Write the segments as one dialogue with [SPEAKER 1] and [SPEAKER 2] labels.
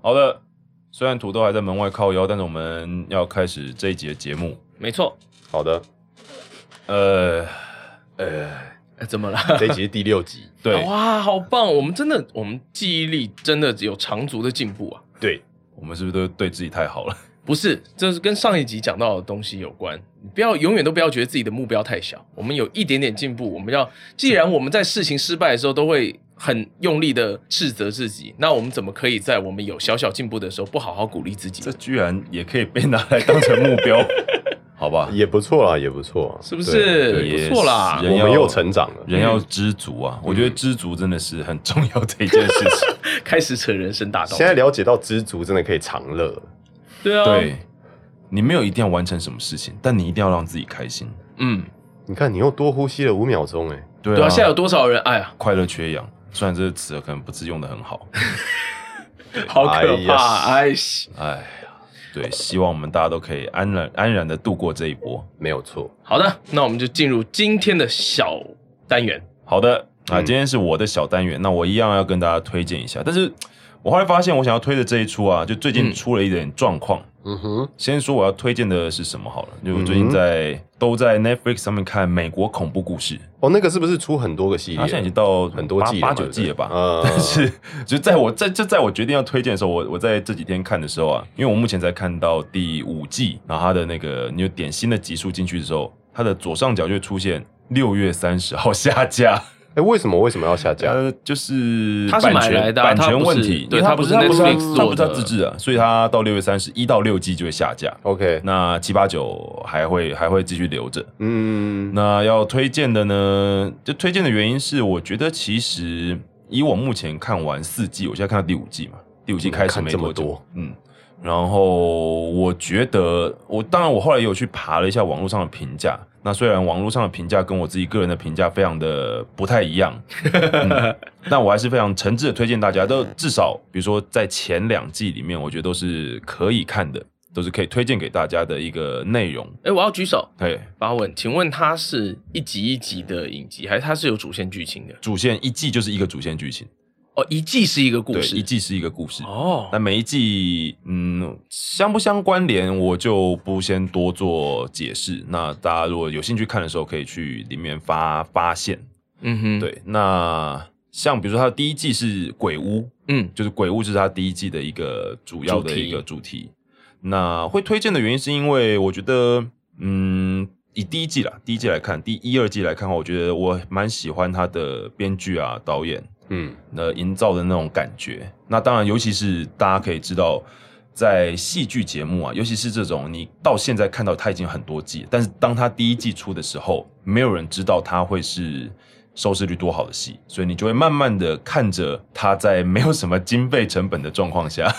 [SPEAKER 1] 好的，虽然土豆还在门外靠腰，但是我们要开始这一集的节目。
[SPEAKER 2] 没错，
[SPEAKER 3] 好的，
[SPEAKER 1] 呃呃，
[SPEAKER 2] 呃怎么了？
[SPEAKER 3] 这一集是第六集，
[SPEAKER 1] 对，
[SPEAKER 2] 哇，好棒！我们真的，我们记忆力真的有长足的进步啊！
[SPEAKER 3] 对，
[SPEAKER 1] 我们是不是都对自己太好了？
[SPEAKER 2] 不是，这是跟上一集讲到的东西有关。你不要永远都不要觉得自己的目标太小，我们有一点点进步，我们要既然我们在事情失败的时候都会很用力的斥责自己，那我们怎么可以在我们有小小进步的时候不好好鼓励自己
[SPEAKER 1] 这？居然也可以被拿来当成目 标，好吧？
[SPEAKER 3] 啊也不错啦，也不错，
[SPEAKER 2] 是不
[SPEAKER 3] 对？
[SPEAKER 1] 对
[SPEAKER 2] 是？不错啦
[SPEAKER 1] 也，
[SPEAKER 3] 我
[SPEAKER 1] 人要
[SPEAKER 3] 们又成长了，嗯
[SPEAKER 1] 人要知足啊，我觉得知足真的是很重要的一件事情。
[SPEAKER 2] 开始扯人生大道
[SPEAKER 3] 现。在了解到知足真的可以长乐了，
[SPEAKER 2] 对啊，
[SPEAKER 1] 对，你没有一定要完成什么事情，但你一定要让自己开心。
[SPEAKER 2] 嗯，
[SPEAKER 3] 你看你又多呼吸了五秒钟，哎，
[SPEAKER 1] 对
[SPEAKER 2] 对啊，
[SPEAKER 1] 啊，
[SPEAKER 2] 现在有多少人？哎呀，
[SPEAKER 1] 快乐缺氧，虽然这个词可能不是用的很好，
[SPEAKER 2] 好可怕啊！
[SPEAKER 3] 哎
[SPEAKER 2] 哎西。
[SPEAKER 1] 哎呀，对，希望我们大家都可以安然安然的度过这一波。
[SPEAKER 3] 没有错，
[SPEAKER 2] 好的，那我们就进入今天的小单元。
[SPEAKER 1] 好的，啊，
[SPEAKER 3] 嗯
[SPEAKER 1] 今天是我的小单元，那我一样要跟大家推荐一下。但是我后来发现，我想要推的这一出啊，就最近
[SPEAKER 2] 嗯
[SPEAKER 1] 出了一点状况。
[SPEAKER 3] 嗯哼，
[SPEAKER 1] 先说我要推荐的是什么好了，就我最
[SPEAKER 3] 嗯
[SPEAKER 1] 近
[SPEAKER 3] 哼
[SPEAKER 1] 在、都在 Netflix 上面看美国恐怖故事，
[SPEAKER 3] 哦，那个是不是出很多个系列？
[SPEAKER 1] 它现在已经到
[SPEAKER 3] 很多
[SPEAKER 1] 八
[SPEAKER 3] 季了嘛
[SPEAKER 1] 八九季了吧？
[SPEAKER 3] 嗯
[SPEAKER 1] 但是就在我在就在我决定要推荐的时候，我我在这几天看的时候啊，因为我目前才看到第五季，然后它的那个你就点新的集数进去的时候，它的左上角就会出现六月三十号下 架。
[SPEAKER 3] 哎，为什么为什么要下架？
[SPEAKER 1] 呃，就是
[SPEAKER 2] 它是买来的啊
[SPEAKER 1] 版
[SPEAKER 2] 它
[SPEAKER 1] 权
[SPEAKER 2] 不是
[SPEAKER 1] 问题，
[SPEAKER 2] 对
[SPEAKER 1] 因为
[SPEAKER 2] 它
[SPEAKER 1] 它
[SPEAKER 2] 不
[SPEAKER 1] 不
[SPEAKER 2] 是
[SPEAKER 1] 它不是
[SPEAKER 2] Netflix
[SPEAKER 1] 它不是
[SPEAKER 2] 做
[SPEAKER 1] 它
[SPEAKER 2] 的
[SPEAKER 1] 自制啊，所以它到六月三十一到六季就会下架。
[SPEAKER 3] OK，
[SPEAKER 1] 那七八九还会还会继续留着。
[SPEAKER 3] 嗯，
[SPEAKER 1] 那要推荐的呢，就推荐的原因是，我觉得其实以我目前看完四季，我现在看到第五季嘛，第五季开始没多
[SPEAKER 3] 看这么
[SPEAKER 1] 久
[SPEAKER 3] 多，
[SPEAKER 1] 嗯，然后我觉得，我当然我后来也有去爬了一下网络上的评价，那虽然网络上的评价跟我自己个人的评价非常的不太一样， 嗯但我还是非常诚挚的推荐大家，都至少比如说在前两季里面，我觉得都是可以看的，都是可以推荐给大家的一个内容，
[SPEAKER 2] 哎，我要举手
[SPEAKER 1] 对。
[SPEAKER 2] 发问，请问它是一集一集的影集，还是它是有主线剧情的？
[SPEAKER 1] 主线一季就是一个主线剧情，
[SPEAKER 2] 哦，一季是一个故
[SPEAKER 1] 对，
[SPEAKER 2] 事，
[SPEAKER 1] 一季是一个故事。
[SPEAKER 2] 哦
[SPEAKER 1] 那，每一季，嗯，相不相关联，我就不先多做解释。那大家如果有兴趣看的时候，可以去里面发发现。
[SPEAKER 2] 嗯哼，，
[SPEAKER 1] 对，那像比如说它的第一季是鬼屋，
[SPEAKER 2] 嗯
[SPEAKER 1] 就是鬼屋，就是它第一季的一个主要的一个主题。
[SPEAKER 2] 主
[SPEAKER 1] 那会推荐的原因是因为我觉得，嗯，以第一季啦，第一季来看，第一二季来看的话，我觉得我蛮喜欢它的编剧啊、导演，
[SPEAKER 3] 嗯，
[SPEAKER 1] 呃营造的那种感觉。那当然，尤其是大家可以知道，在戏剧节目啊，尤其是这种你到现在看到它已经很多季，但是当它第一季出的时候，没有人知道它会是。收视率多好的戏，所以你就会慢慢的看着它在没有什么经费成本的状况下，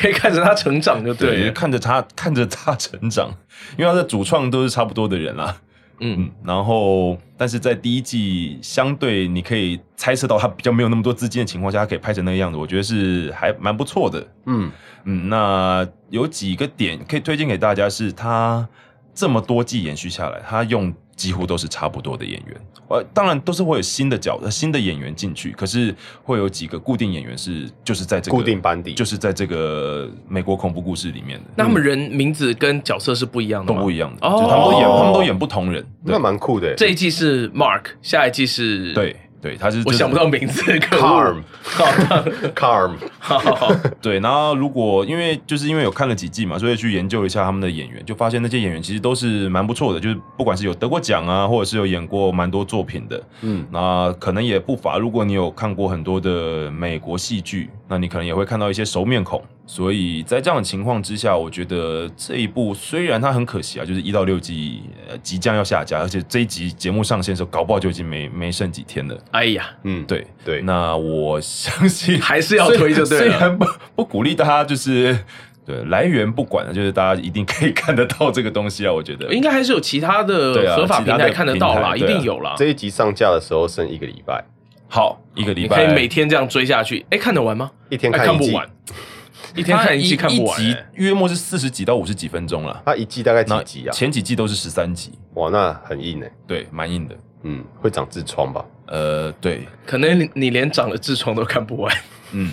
[SPEAKER 2] 可以看着它成长就
[SPEAKER 1] 对，
[SPEAKER 2] 对
[SPEAKER 1] 就
[SPEAKER 2] 了。
[SPEAKER 1] 看着它看着它成长，因为它的主创都是差不多的人啦、
[SPEAKER 2] 嗯
[SPEAKER 1] 嗯，，然后但是在第一季相对你可以猜测到他比较没有那么多资金的情况下，他可以拍成那个样子，我觉得是还蛮不错的。
[SPEAKER 3] 嗯，
[SPEAKER 1] 嗯，那有几个点可以推荐给大家是，他这么多季延续下来，他用几乎都是差不多的演员，呃，当然都是会有新的角、新的演员进去，可是会有几个固定演员是就是在这个
[SPEAKER 3] 固定班底
[SPEAKER 1] 就是在这个美国恐怖故事里面的，
[SPEAKER 2] 那他们人名字跟角色是不一样的
[SPEAKER 1] 都
[SPEAKER 2] 吗？
[SPEAKER 1] 不一样的，
[SPEAKER 2] 哦
[SPEAKER 1] 就他们都演他们都演不同人，对
[SPEAKER 3] 那蛮酷的，欸
[SPEAKER 2] 这一季是 Mark，下一季是，
[SPEAKER 1] 对。对，他是
[SPEAKER 2] 我
[SPEAKER 1] 就是
[SPEAKER 2] 想不到名字，可恶
[SPEAKER 3] Carm。Carm，
[SPEAKER 2] 好好好
[SPEAKER 1] 对，然后如果因为就是因为有看了几季嘛，所以去研究一下他们的演员，就发现那些演员其实都是蛮不错的，就是不管是有得过奖啊，或者是有演过蛮多作品的。
[SPEAKER 3] 嗯，
[SPEAKER 1] 那可能也不乏，如果你有看过很多的美国戏剧，那你可能也会看到一些熟面孔。所以在这样的情况之下，我觉得这一部虽然它很可惜啊，就是一到六季呃即将要下架，而且这一集节目上线的时候，搞不好就已经没没剩几天了。
[SPEAKER 2] 哎呀，
[SPEAKER 3] 嗯，
[SPEAKER 1] 对
[SPEAKER 3] 对，
[SPEAKER 1] 那我相信
[SPEAKER 2] 还是要推就对了
[SPEAKER 1] 虽然虽然不不鼓励大家就是对来源不管了，就是大家一定可以看得到这个东西啊。我觉得
[SPEAKER 2] 应该还是有其他
[SPEAKER 1] 对
[SPEAKER 2] 的
[SPEAKER 1] 啊
[SPEAKER 2] 合法平
[SPEAKER 1] 其他
[SPEAKER 2] 台
[SPEAKER 1] 的
[SPEAKER 2] 看得到啦，一
[SPEAKER 1] 平台对啊
[SPEAKER 2] 定有啦。
[SPEAKER 3] 这一集上架的时候剩一个礼拜，
[SPEAKER 1] 好一个礼
[SPEAKER 2] 你
[SPEAKER 1] 拜
[SPEAKER 2] 可以每天这样追下去，哎，看得完吗？
[SPEAKER 3] 一天
[SPEAKER 2] 哎
[SPEAKER 3] 看
[SPEAKER 2] 看
[SPEAKER 3] 一
[SPEAKER 2] 不
[SPEAKER 3] 季，
[SPEAKER 2] 完，一天看一季看不完、
[SPEAKER 1] 一集
[SPEAKER 2] 欸
[SPEAKER 1] 约莫是四十几到五十几分钟啦。
[SPEAKER 3] 它一季大概
[SPEAKER 1] 那
[SPEAKER 3] 几集啊？
[SPEAKER 1] 前几季都是十三集，
[SPEAKER 3] 哇，那很硬哎、
[SPEAKER 1] 对，蛮硬的。
[SPEAKER 3] 嗯，会长痔疮吧？
[SPEAKER 1] 呃，对，
[SPEAKER 2] 可能你你连长了痔疮都看不完。
[SPEAKER 1] 嗯，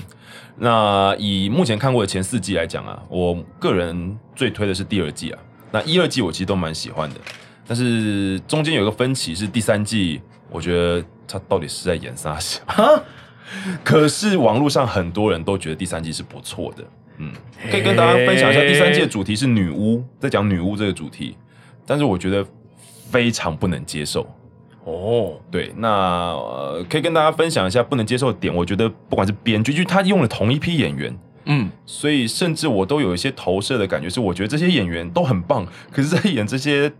[SPEAKER 1] 那以目前看过的前四季来讲啊，我个人最推的是第二季啊。那一、二季我其实都蛮喜欢的，但是中间有一个分歧是第三季，我觉得他到底是在演啥小？ 可是网络上很多人都觉得第三季是不错的，嗯，可以跟大家分享一下，
[SPEAKER 2] 嘿
[SPEAKER 1] 第三季的主题是女巫，在讲女巫这个主题，但是我觉得非常不能接受，
[SPEAKER 2] 哦，
[SPEAKER 1] 对，那、呃、可以跟大家分享一下不能接受的点。我觉得不管是编剧，就是他用了同一批演员，
[SPEAKER 2] 嗯，
[SPEAKER 1] 所以甚至我都有一些投射的感觉，是我觉得这些演员都很棒， 可是，在演这些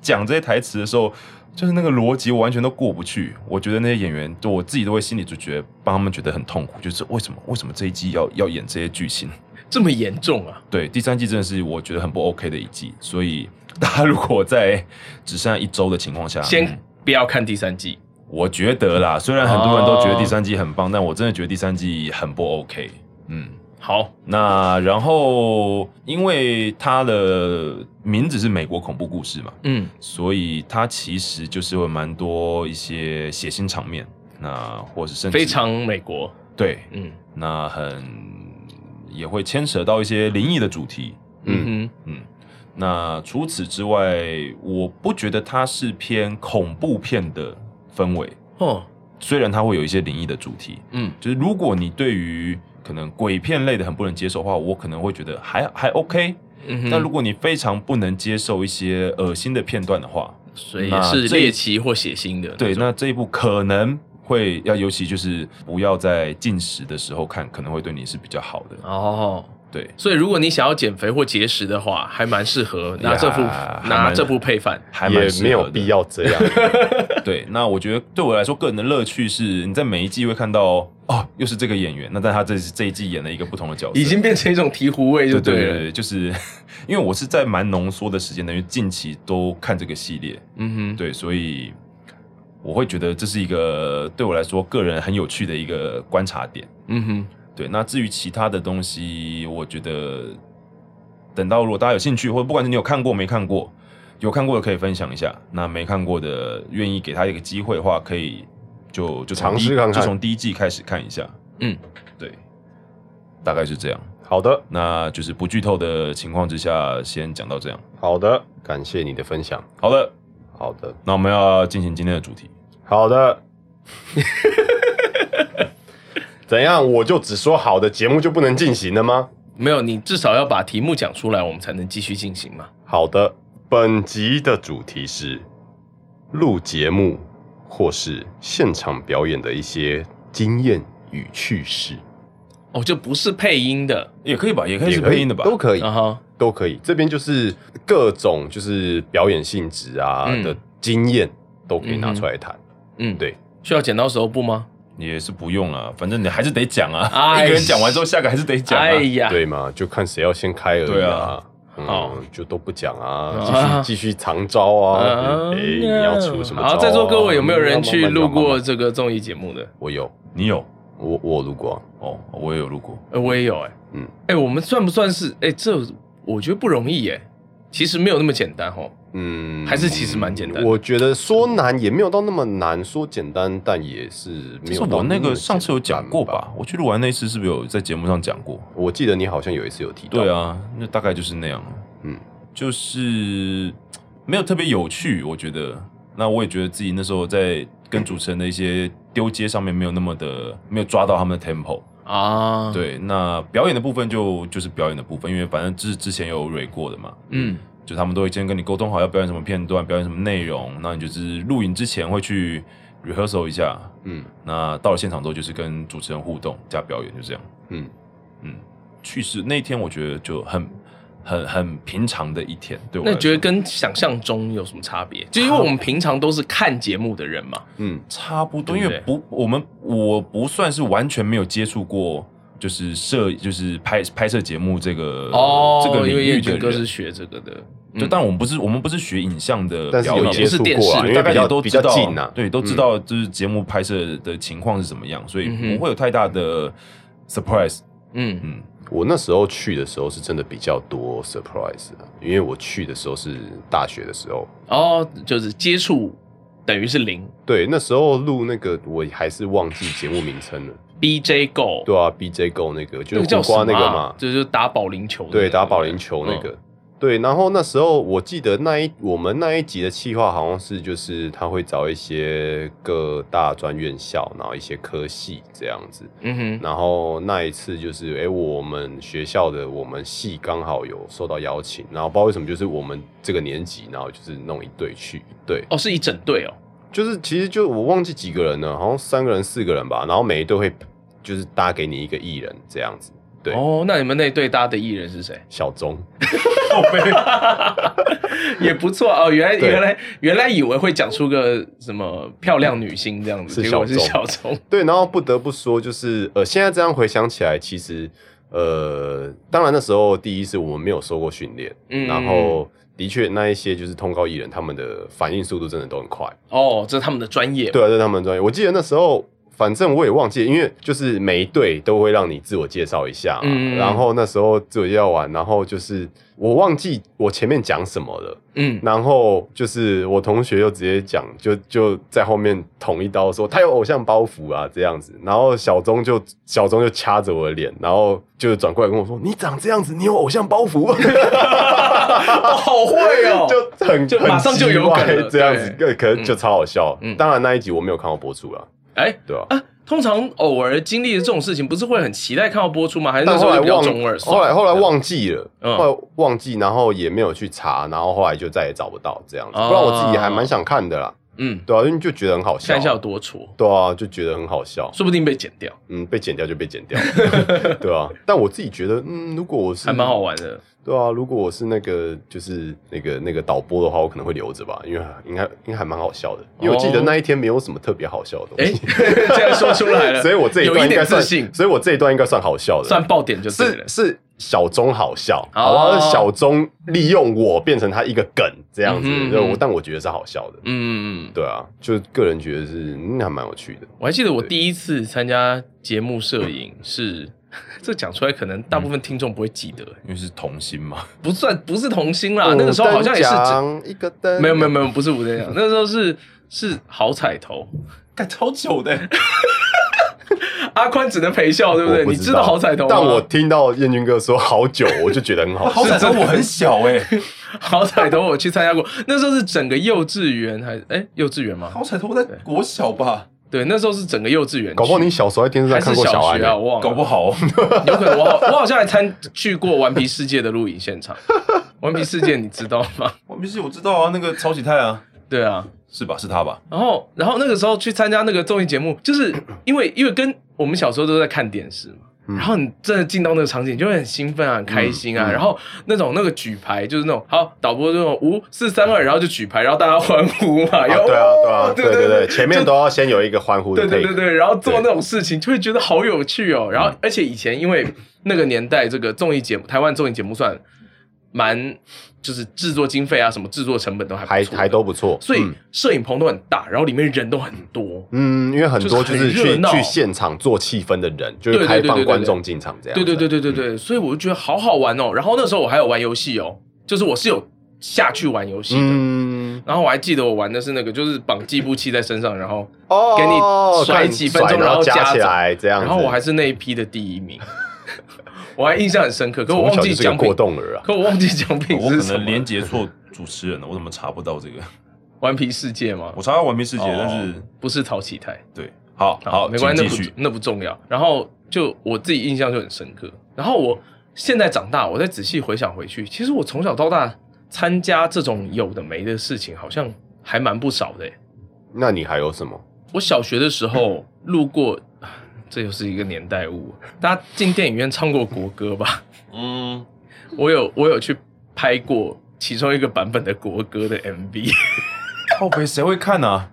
[SPEAKER 1] 讲这些台词的时候，就是那个逻辑我完全都过不去。我觉得那些演员，就我自己都会心里就觉得帮他们觉得很痛苦，就是为什么为什么这一季要要演这些剧情？
[SPEAKER 2] 这么严重啊？
[SPEAKER 1] 对，第三季真的是我觉得很不 OK 的一季，所以大家如果在只剩下一周的情况下，嗯
[SPEAKER 2] 先不要看第三季，
[SPEAKER 1] 我觉得啦，虽然很多人都觉得第三季很棒，但我真的觉得第三季很不 OK。嗯，
[SPEAKER 2] 好，
[SPEAKER 1] 那然后因为它的名字是美国恐怖故事嘛，
[SPEAKER 2] 嗯，
[SPEAKER 1] 所以它其实就是有蛮多一些血腥场面，那或是甚至
[SPEAKER 2] 非常美国，
[SPEAKER 1] 对，
[SPEAKER 2] 嗯
[SPEAKER 1] 那很也会牵扯到一些灵异的主题。
[SPEAKER 2] 嗯
[SPEAKER 1] 嗯，那除此之外，我不觉得它是偏恐怖片的氛围。
[SPEAKER 2] 哼，哦，
[SPEAKER 1] 虽然它会有一些灵异的主题，
[SPEAKER 2] 嗯
[SPEAKER 1] 就是如果你对于可能鬼片类的很不能接受的话，我可能会觉得还还 OK。
[SPEAKER 2] 嗯哼，
[SPEAKER 1] 但如果你非常不能接受一些恶心的片段的话，
[SPEAKER 2] 所以
[SPEAKER 1] 那
[SPEAKER 2] 也是
[SPEAKER 1] 这一
[SPEAKER 2] 猎奇或血腥的，
[SPEAKER 1] 对，那这一部可能会要，尤其就是不要在进食的时候看，可能会对你是比较好的。
[SPEAKER 2] 哦。
[SPEAKER 1] 对，
[SPEAKER 2] 所以，如果你想要减肥或节食的话，还蛮适合拿这副
[SPEAKER 1] 呀还
[SPEAKER 2] 拿
[SPEAKER 1] 蛮
[SPEAKER 2] 这部配饭。
[SPEAKER 1] 还
[SPEAKER 3] 也
[SPEAKER 1] 蛮适合
[SPEAKER 3] 没有
[SPEAKER 1] 的
[SPEAKER 3] 必。要这样。
[SPEAKER 1] 对，那我觉得对我来说，个人的乐趣是你在每一季会看到哦，又是这个演员，那但他这这一季演了一个不同的角色，
[SPEAKER 2] 已经变成一种醍醐味，就
[SPEAKER 1] 对对
[SPEAKER 2] 了。
[SPEAKER 1] 对，对就是 因为我是在蛮浓缩的时间，等于近期都看这个系列，
[SPEAKER 2] 嗯哼，
[SPEAKER 1] 对，所以我会觉得这是一个对我来说个人很有趣的一个观察点。
[SPEAKER 2] 嗯哼，
[SPEAKER 1] 对，那至于其他的东西，我觉得等到如果大家有兴趣，或者不管是你有看过没看过，有看过的可以分享一下，那没看过的愿意给他一个机会的话，可以就就从
[SPEAKER 3] 尝试
[SPEAKER 1] 第一
[SPEAKER 3] 看看
[SPEAKER 1] 就从第一季开始看一下。
[SPEAKER 2] 嗯，
[SPEAKER 1] 对，大概是这样。
[SPEAKER 3] 好的，
[SPEAKER 1] 那就是不剧透的情况之下，先讲到这样。
[SPEAKER 3] 好的，感谢你的分享。
[SPEAKER 1] 好了，
[SPEAKER 3] 好的，
[SPEAKER 1] 那我们要进行今天的主题。
[SPEAKER 3] 好的。 怎样？我就只说好的，节目就不能进行了吗？
[SPEAKER 2] 没有，你至少要把题目讲出来，我们才能继续进行嘛。
[SPEAKER 3] 好的，本集的主题是录节目或是现场表演的一些经验与趣事，
[SPEAKER 2] 哦，就不是配音的
[SPEAKER 1] 也可以吧，也可以是
[SPEAKER 3] 也可以
[SPEAKER 1] 配音的吧？
[SPEAKER 3] 都可以，
[SPEAKER 2] 啊哈，
[SPEAKER 3] 都可以。这边就是各种就是表演性质啊、
[SPEAKER 2] 嗯
[SPEAKER 3] 的经验都可以拿出来谈。
[SPEAKER 2] 嗯，
[SPEAKER 3] 对，
[SPEAKER 2] 需要剪刀石头布吗？
[SPEAKER 1] 也是不用了，反正你还是得讲啊。
[SPEAKER 2] 哎
[SPEAKER 1] 一个人讲完之后，下个还是得讲啊。
[SPEAKER 2] 哎 呀，
[SPEAKER 3] 对嘛，就看谁要先开而已
[SPEAKER 1] 对
[SPEAKER 3] 啊
[SPEAKER 1] 啊。
[SPEAKER 2] 好
[SPEAKER 3] 嗯，就都不讲啊，继续
[SPEAKER 2] 啊
[SPEAKER 3] 继续藏招啊！
[SPEAKER 2] 啊
[SPEAKER 3] 哎，你要出什么招啊？
[SPEAKER 2] 好，在座各位有没有人去录
[SPEAKER 3] 慢慢慢慢慢
[SPEAKER 2] 过
[SPEAKER 3] 慢？
[SPEAKER 2] 这个综艺节目的？
[SPEAKER 3] 我有，
[SPEAKER 1] 你有
[SPEAKER 3] 我我有录过啊。
[SPEAKER 1] 哦，我也有录过。
[SPEAKER 2] 呃，我也有哎、
[SPEAKER 3] 嗯
[SPEAKER 2] 嗯，哎、我们算不算是哎、这我觉得不容易哎、其实没有那么简单哦。
[SPEAKER 3] 嗯，
[SPEAKER 2] 还是其实蛮简单的
[SPEAKER 3] 我觉得说难也没有到那么难，说简单但也是没
[SPEAKER 1] 但是
[SPEAKER 3] 有到
[SPEAKER 1] 我
[SPEAKER 3] 么
[SPEAKER 1] 那
[SPEAKER 3] 简单
[SPEAKER 1] 个上次有讲过吧？？我去录完那次是不是有在节目上讲过？
[SPEAKER 3] 我记得你好像有一次有提到。
[SPEAKER 1] 对，啊，那大概就是那样。
[SPEAKER 3] 嗯，
[SPEAKER 1] 就是没有特别有趣，我觉得。那我也觉得自己那时候在跟主持人的一些丢接上面没有那么的，没有抓到他们的 tempo。
[SPEAKER 2] 啊，，
[SPEAKER 1] 对，那表演的部分就就是表演的部分，因为反正之之前有蕊过的嘛，
[SPEAKER 2] 嗯，
[SPEAKER 1] 就他们都会先跟你沟通好要表演什么片段，表演什么内容，那你就是录影之前会去 rehearsal 一下，
[SPEAKER 3] 嗯
[SPEAKER 1] 那到了现场之后就是跟主持人互动加表演，就这样。
[SPEAKER 3] 嗯，
[SPEAKER 1] 嗯，去世那一天我觉得就很很很平常的一天，对我
[SPEAKER 2] 那
[SPEAKER 1] 来说
[SPEAKER 2] 你觉得跟想象中有什么差别？就因为我们平常都是看节目的人嘛，
[SPEAKER 3] 嗯
[SPEAKER 1] 差不多，
[SPEAKER 2] 对
[SPEAKER 1] 因
[SPEAKER 2] 不
[SPEAKER 1] 为不我们我不算是完全没有接触过。就是摄，就是拍拍摄节目这个、
[SPEAKER 2] 哦，
[SPEAKER 1] 这个
[SPEAKER 2] 因
[SPEAKER 1] 领
[SPEAKER 2] 为
[SPEAKER 1] 域
[SPEAKER 2] 彦
[SPEAKER 1] 的
[SPEAKER 2] 君
[SPEAKER 1] 人嗯
[SPEAKER 2] 哥，是学这个的，
[SPEAKER 1] 就
[SPEAKER 2] 嗯
[SPEAKER 1] 但我们不是我们不是学影像的
[SPEAKER 3] 但是
[SPEAKER 1] 表
[SPEAKER 3] 有
[SPEAKER 1] 演，
[SPEAKER 3] 接
[SPEAKER 2] 也
[SPEAKER 3] 触
[SPEAKER 2] 是电
[SPEAKER 3] 过啊，
[SPEAKER 2] 视
[SPEAKER 3] 因
[SPEAKER 1] 大概
[SPEAKER 3] 为比
[SPEAKER 1] 也
[SPEAKER 3] 较
[SPEAKER 1] 都
[SPEAKER 3] 比
[SPEAKER 1] 知
[SPEAKER 3] 较
[SPEAKER 1] 道，
[SPEAKER 3] 近啊呐。
[SPEAKER 1] 对，都知道就是节目拍摄的情况是怎么样，所以
[SPEAKER 2] 嗯哼
[SPEAKER 1] 不会有太大的 surprise。
[SPEAKER 2] 嗯，
[SPEAKER 1] 嗯，
[SPEAKER 3] 我那时候去的时候是真的比较多 surprise，的因为我去的时候是大学的时候，
[SPEAKER 2] 哦，就是接触等于是零
[SPEAKER 3] 对，那时候录那个我还是忘记节目名称了，
[SPEAKER 2] ，BJ Go，
[SPEAKER 3] 对啊，BJ Go 那个就
[SPEAKER 2] 那个
[SPEAKER 3] 是
[SPEAKER 2] 叫
[SPEAKER 3] 苦
[SPEAKER 2] 什
[SPEAKER 3] 瓜
[SPEAKER 2] 么
[SPEAKER 3] 那
[SPEAKER 2] 啊？
[SPEAKER 3] 个嘛，
[SPEAKER 2] 就就打保龄球的那个，嗯
[SPEAKER 3] 对，打保龄球那个。对，然后那时候我记得那一我们那一集的企划好像是就是他会找一些各大专院校，然后一些科系这样子。
[SPEAKER 2] 嗯，嗯哼，
[SPEAKER 3] 然后那一次就是，哎，我们学校的我们系刚好有受到邀请，然后不知道为什么就是我们这个年级，然后就是弄一队去，对，
[SPEAKER 2] 哦，是一整队哦，
[SPEAKER 3] 就是其实就我忘记几个人了，好像三个人四个人吧，然后每一队会就是搭给你一个艺人这样子，对，
[SPEAKER 2] 哦，那你们那队搭的艺人是谁？
[SPEAKER 3] 小钟，
[SPEAKER 2] 也不错哦，原来
[SPEAKER 3] 对
[SPEAKER 2] 原来原来以为会讲出个什么漂亮女星这样子，
[SPEAKER 3] 是
[SPEAKER 2] 结果是小
[SPEAKER 3] 小
[SPEAKER 2] 虫。
[SPEAKER 3] 对，然后不得不说，就是呃，现在这样回想起来，其实呃，当然那时候第一是我们没有受过训练，
[SPEAKER 2] 嗯
[SPEAKER 3] 然后的确那一些就是通告艺人，他们的反应速度真的都很快，
[SPEAKER 2] 哦，这是他们的专业。
[SPEAKER 3] 对啊，这是他们的专业。我记得那时候。反正我也忘记，因为就是每一队都会让你自我介绍一下嘛，
[SPEAKER 2] 嗯
[SPEAKER 3] 然后那时候自我介绍完，然后就是我忘记我前面讲什么了，
[SPEAKER 2] 嗯，
[SPEAKER 3] 然后就是我同学又直接讲，就就在后面捅一刀说他有偶像包袱啊这样子，然后小钟就小钟就掐着我的脸，然后就转过来跟我说：“你长这样子，你有偶像包袱。。
[SPEAKER 2] 哦，好会哦
[SPEAKER 3] 就很
[SPEAKER 2] 就马上就有梗了
[SPEAKER 3] 很奇怪这样子，
[SPEAKER 2] 对
[SPEAKER 3] 可可是就超好笑。
[SPEAKER 2] 嗯
[SPEAKER 3] 当然那一集我没有看到播出啦，
[SPEAKER 2] 哎
[SPEAKER 3] 对吧、
[SPEAKER 2] 啊，通常偶尔经历的这种事情，不是会很期待看到播出吗？还是那
[SPEAKER 3] 但
[SPEAKER 2] 时
[SPEAKER 3] 后
[SPEAKER 2] 候就
[SPEAKER 3] 来
[SPEAKER 2] 比较
[SPEAKER 3] 忘
[SPEAKER 2] 中二？，
[SPEAKER 3] 后来后来忘记了，
[SPEAKER 2] 嗯
[SPEAKER 3] 后来忘记，然后也没有去查，然后后来就再也找不到这样子。
[SPEAKER 2] 哦
[SPEAKER 3] 不然我自己还蛮想看的啦，
[SPEAKER 2] 嗯，
[SPEAKER 3] 对啊，因为就觉得很好笑
[SPEAKER 2] 看一，下有多挫，
[SPEAKER 3] 对啊，就觉得很好笑。
[SPEAKER 2] 说不定被剪掉，
[SPEAKER 3] 嗯，被剪掉就被剪掉了， 对啊。但我自己觉得，嗯，如果我是
[SPEAKER 2] 还蛮好，玩的。
[SPEAKER 3] 对啊，如果我是那个就是那个那个导播的话，我可能会留着吧，因为应该应该还蛮好笑的，因为我记得那一天没有什么特别好笑的东
[SPEAKER 2] 哎，
[SPEAKER 3] 西，
[SPEAKER 2] 这样哦说出来了，
[SPEAKER 3] 所以我这一
[SPEAKER 2] 有
[SPEAKER 3] 段
[SPEAKER 2] 一
[SPEAKER 3] 应
[SPEAKER 2] 点
[SPEAKER 3] 该
[SPEAKER 2] 自
[SPEAKER 3] 算，
[SPEAKER 2] 信，
[SPEAKER 3] 所以我这一段应该算好笑的，
[SPEAKER 2] 算爆点就对
[SPEAKER 3] 是
[SPEAKER 2] 了。
[SPEAKER 3] 是小钟好笑，
[SPEAKER 2] 哦
[SPEAKER 3] 好吧，小钟利用我变成他一个梗这样子
[SPEAKER 2] 嗯哼，
[SPEAKER 3] 对
[SPEAKER 2] 嗯
[SPEAKER 3] 我
[SPEAKER 2] 哼
[SPEAKER 3] 但我觉得是好笑的，
[SPEAKER 2] 嗯嗯嗯。
[SPEAKER 3] 对啊，就个人觉得是嗯还蛮有趣的，
[SPEAKER 2] 我还记得我第一次参加节目摄影是， 这讲出来可能大部分听众不会记得，
[SPEAKER 1] 因为是童星嘛，
[SPEAKER 2] 不算不是童星哦
[SPEAKER 3] 哦
[SPEAKER 2] 啦，那个时候好像也是
[SPEAKER 3] 五
[SPEAKER 2] 只
[SPEAKER 3] 等奖一个灯，
[SPEAKER 2] 没有没有没有，不是吴镇阳，那时候是是好彩头，
[SPEAKER 1] 干超久的、
[SPEAKER 2] 阿宽只能陪笑，对不对？
[SPEAKER 3] 我不
[SPEAKER 2] 你
[SPEAKER 3] 知
[SPEAKER 2] 知道
[SPEAKER 3] 道
[SPEAKER 2] 好彩头吗？
[SPEAKER 3] 但 我听到燕军哥说好久，我就觉得很好笑。
[SPEAKER 1] 好歹说我很小哎、
[SPEAKER 2] 好彩头我 去参加过，那时候是整个幼稚园还哎幼稚园吗？
[SPEAKER 1] 好彩头在国小吧，
[SPEAKER 2] 对，那时候是整个幼稚园去，
[SPEAKER 3] 搞不好你小时候欸在电视上
[SPEAKER 2] 还是
[SPEAKER 3] 看过
[SPEAKER 2] 小
[SPEAKER 3] 安
[SPEAKER 2] 学啊，
[SPEAKER 3] 呢。
[SPEAKER 2] 我忘了，
[SPEAKER 1] 搞不 好
[SPEAKER 2] 有可能我好我好像还参去过《顽皮世界》的录影现场，《顽皮世界》你知道吗？
[SPEAKER 1] 我必须我知道啊，那个超喜泰啊，
[SPEAKER 2] 对啊，
[SPEAKER 1] 是吧？是他吧？
[SPEAKER 2] 然后，然后那个时候去参加那个综艺节目，就是因为因为跟我们小时候都在看电视嘛，
[SPEAKER 3] 嗯
[SPEAKER 2] 然后你真的进到那个场景，你就会很兴奋啊，很开心啊。然后那种那个举牌，就是那种好导播那种五四三二，然后就举牌，然后大家欢呼嘛，然
[SPEAKER 3] 啊
[SPEAKER 2] 后
[SPEAKER 3] 对啊，对
[SPEAKER 2] 哦
[SPEAKER 3] 啊，对
[SPEAKER 2] 对
[SPEAKER 3] 对对，前面
[SPEAKER 2] 就
[SPEAKER 3] 都要先有一个欢呼的
[SPEAKER 2] 对
[SPEAKER 3] take，
[SPEAKER 2] 对对对，然后做那种事情就会觉得好有趣哦。然后，
[SPEAKER 3] 嗯
[SPEAKER 2] 而且以前因为那个年代，这个综艺节目，台湾综艺节目算蛮就是制作经费啊，什么制作成本都还
[SPEAKER 3] 还
[SPEAKER 2] 不错的
[SPEAKER 3] 还都不错。
[SPEAKER 2] 所以
[SPEAKER 3] 嗯
[SPEAKER 2] 摄影棚都很大，然后里面人都很多。
[SPEAKER 3] 嗯，因为很多
[SPEAKER 2] 就
[SPEAKER 3] 就是
[SPEAKER 2] 很
[SPEAKER 3] 是
[SPEAKER 2] 热
[SPEAKER 3] 去
[SPEAKER 2] 闹
[SPEAKER 3] 去现场做气氛的人，就
[SPEAKER 2] 对对
[SPEAKER 3] 是开
[SPEAKER 2] 对对
[SPEAKER 3] 放
[SPEAKER 2] 对
[SPEAKER 3] 观
[SPEAKER 2] 对
[SPEAKER 3] 众进场这样
[SPEAKER 2] 对
[SPEAKER 3] 子。
[SPEAKER 2] 对对对对
[SPEAKER 3] 嗯
[SPEAKER 2] 对，所以我就觉得好好玩哦。然后那时候我还有玩游戏哦，就是我是有下去玩游戏的。
[SPEAKER 3] 嗯，
[SPEAKER 2] 然后我还记得我玩的是那个，就是绑计步器在身上，然后
[SPEAKER 3] 哦，
[SPEAKER 2] 给你甩
[SPEAKER 3] 看
[SPEAKER 2] 几分钟
[SPEAKER 3] 甩
[SPEAKER 2] 然
[SPEAKER 3] 然
[SPEAKER 2] 后加
[SPEAKER 3] 加起
[SPEAKER 2] 走
[SPEAKER 3] 来这样子。
[SPEAKER 2] 然后我还是那一批的第一名， 我还印象很深刻。可我
[SPEAKER 3] 从
[SPEAKER 2] 忘
[SPEAKER 3] 小
[SPEAKER 2] 记
[SPEAKER 3] 就是个
[SPEAKER 2] 奖品
[SPEAKER 3] 过，动儿啊，
[SPEAKER 2] 可我忘记奖品
[SPEAKER 1] 哦我
[SPEAKER 2] 是
[SPEAKER 1] 可
[SPEAKER 2] 什
[SPEAKER 1] 能
[SPEAKER 2] 么
[SPEAKER 1] 连。接 错主持人了，我怎么查不到这个？
[SPEAKER 2] 顽皮世界吗
[SPEAKER 1] 我？查到《玩命世界》，
[SPEAKER 2] 哦
[SPEAKER 1] 但是
[SPEAKER 2] 不是曹启泰。
[SPEAKER 1] 对，好好，
[SPEAKER 2] 没关系，
[SPEAKER 1] 请继
[SPEAKER 2] 那不
[SPEAKER 1] 续。
[SPEAKER 2] 那不重要。然后就我自己印象就很深刻。然后我现在长大，我再仔细回想回去，其实我从小到大参加这种有的没的事情，好像还蛮不少的欸。
[SPEAKER 3] 那你还有什么？
[SPEAKER 2] 我小学的 时候路过，啊这又是一个年代物。大家进电影院唱过国歌吧？
[SPEAKER 1] 嗯，
[SPEAKER 2] 我有我有去拍过其中一个版本的国歌的 MV。
[SPEAKER 1] 靠北谁会看啊？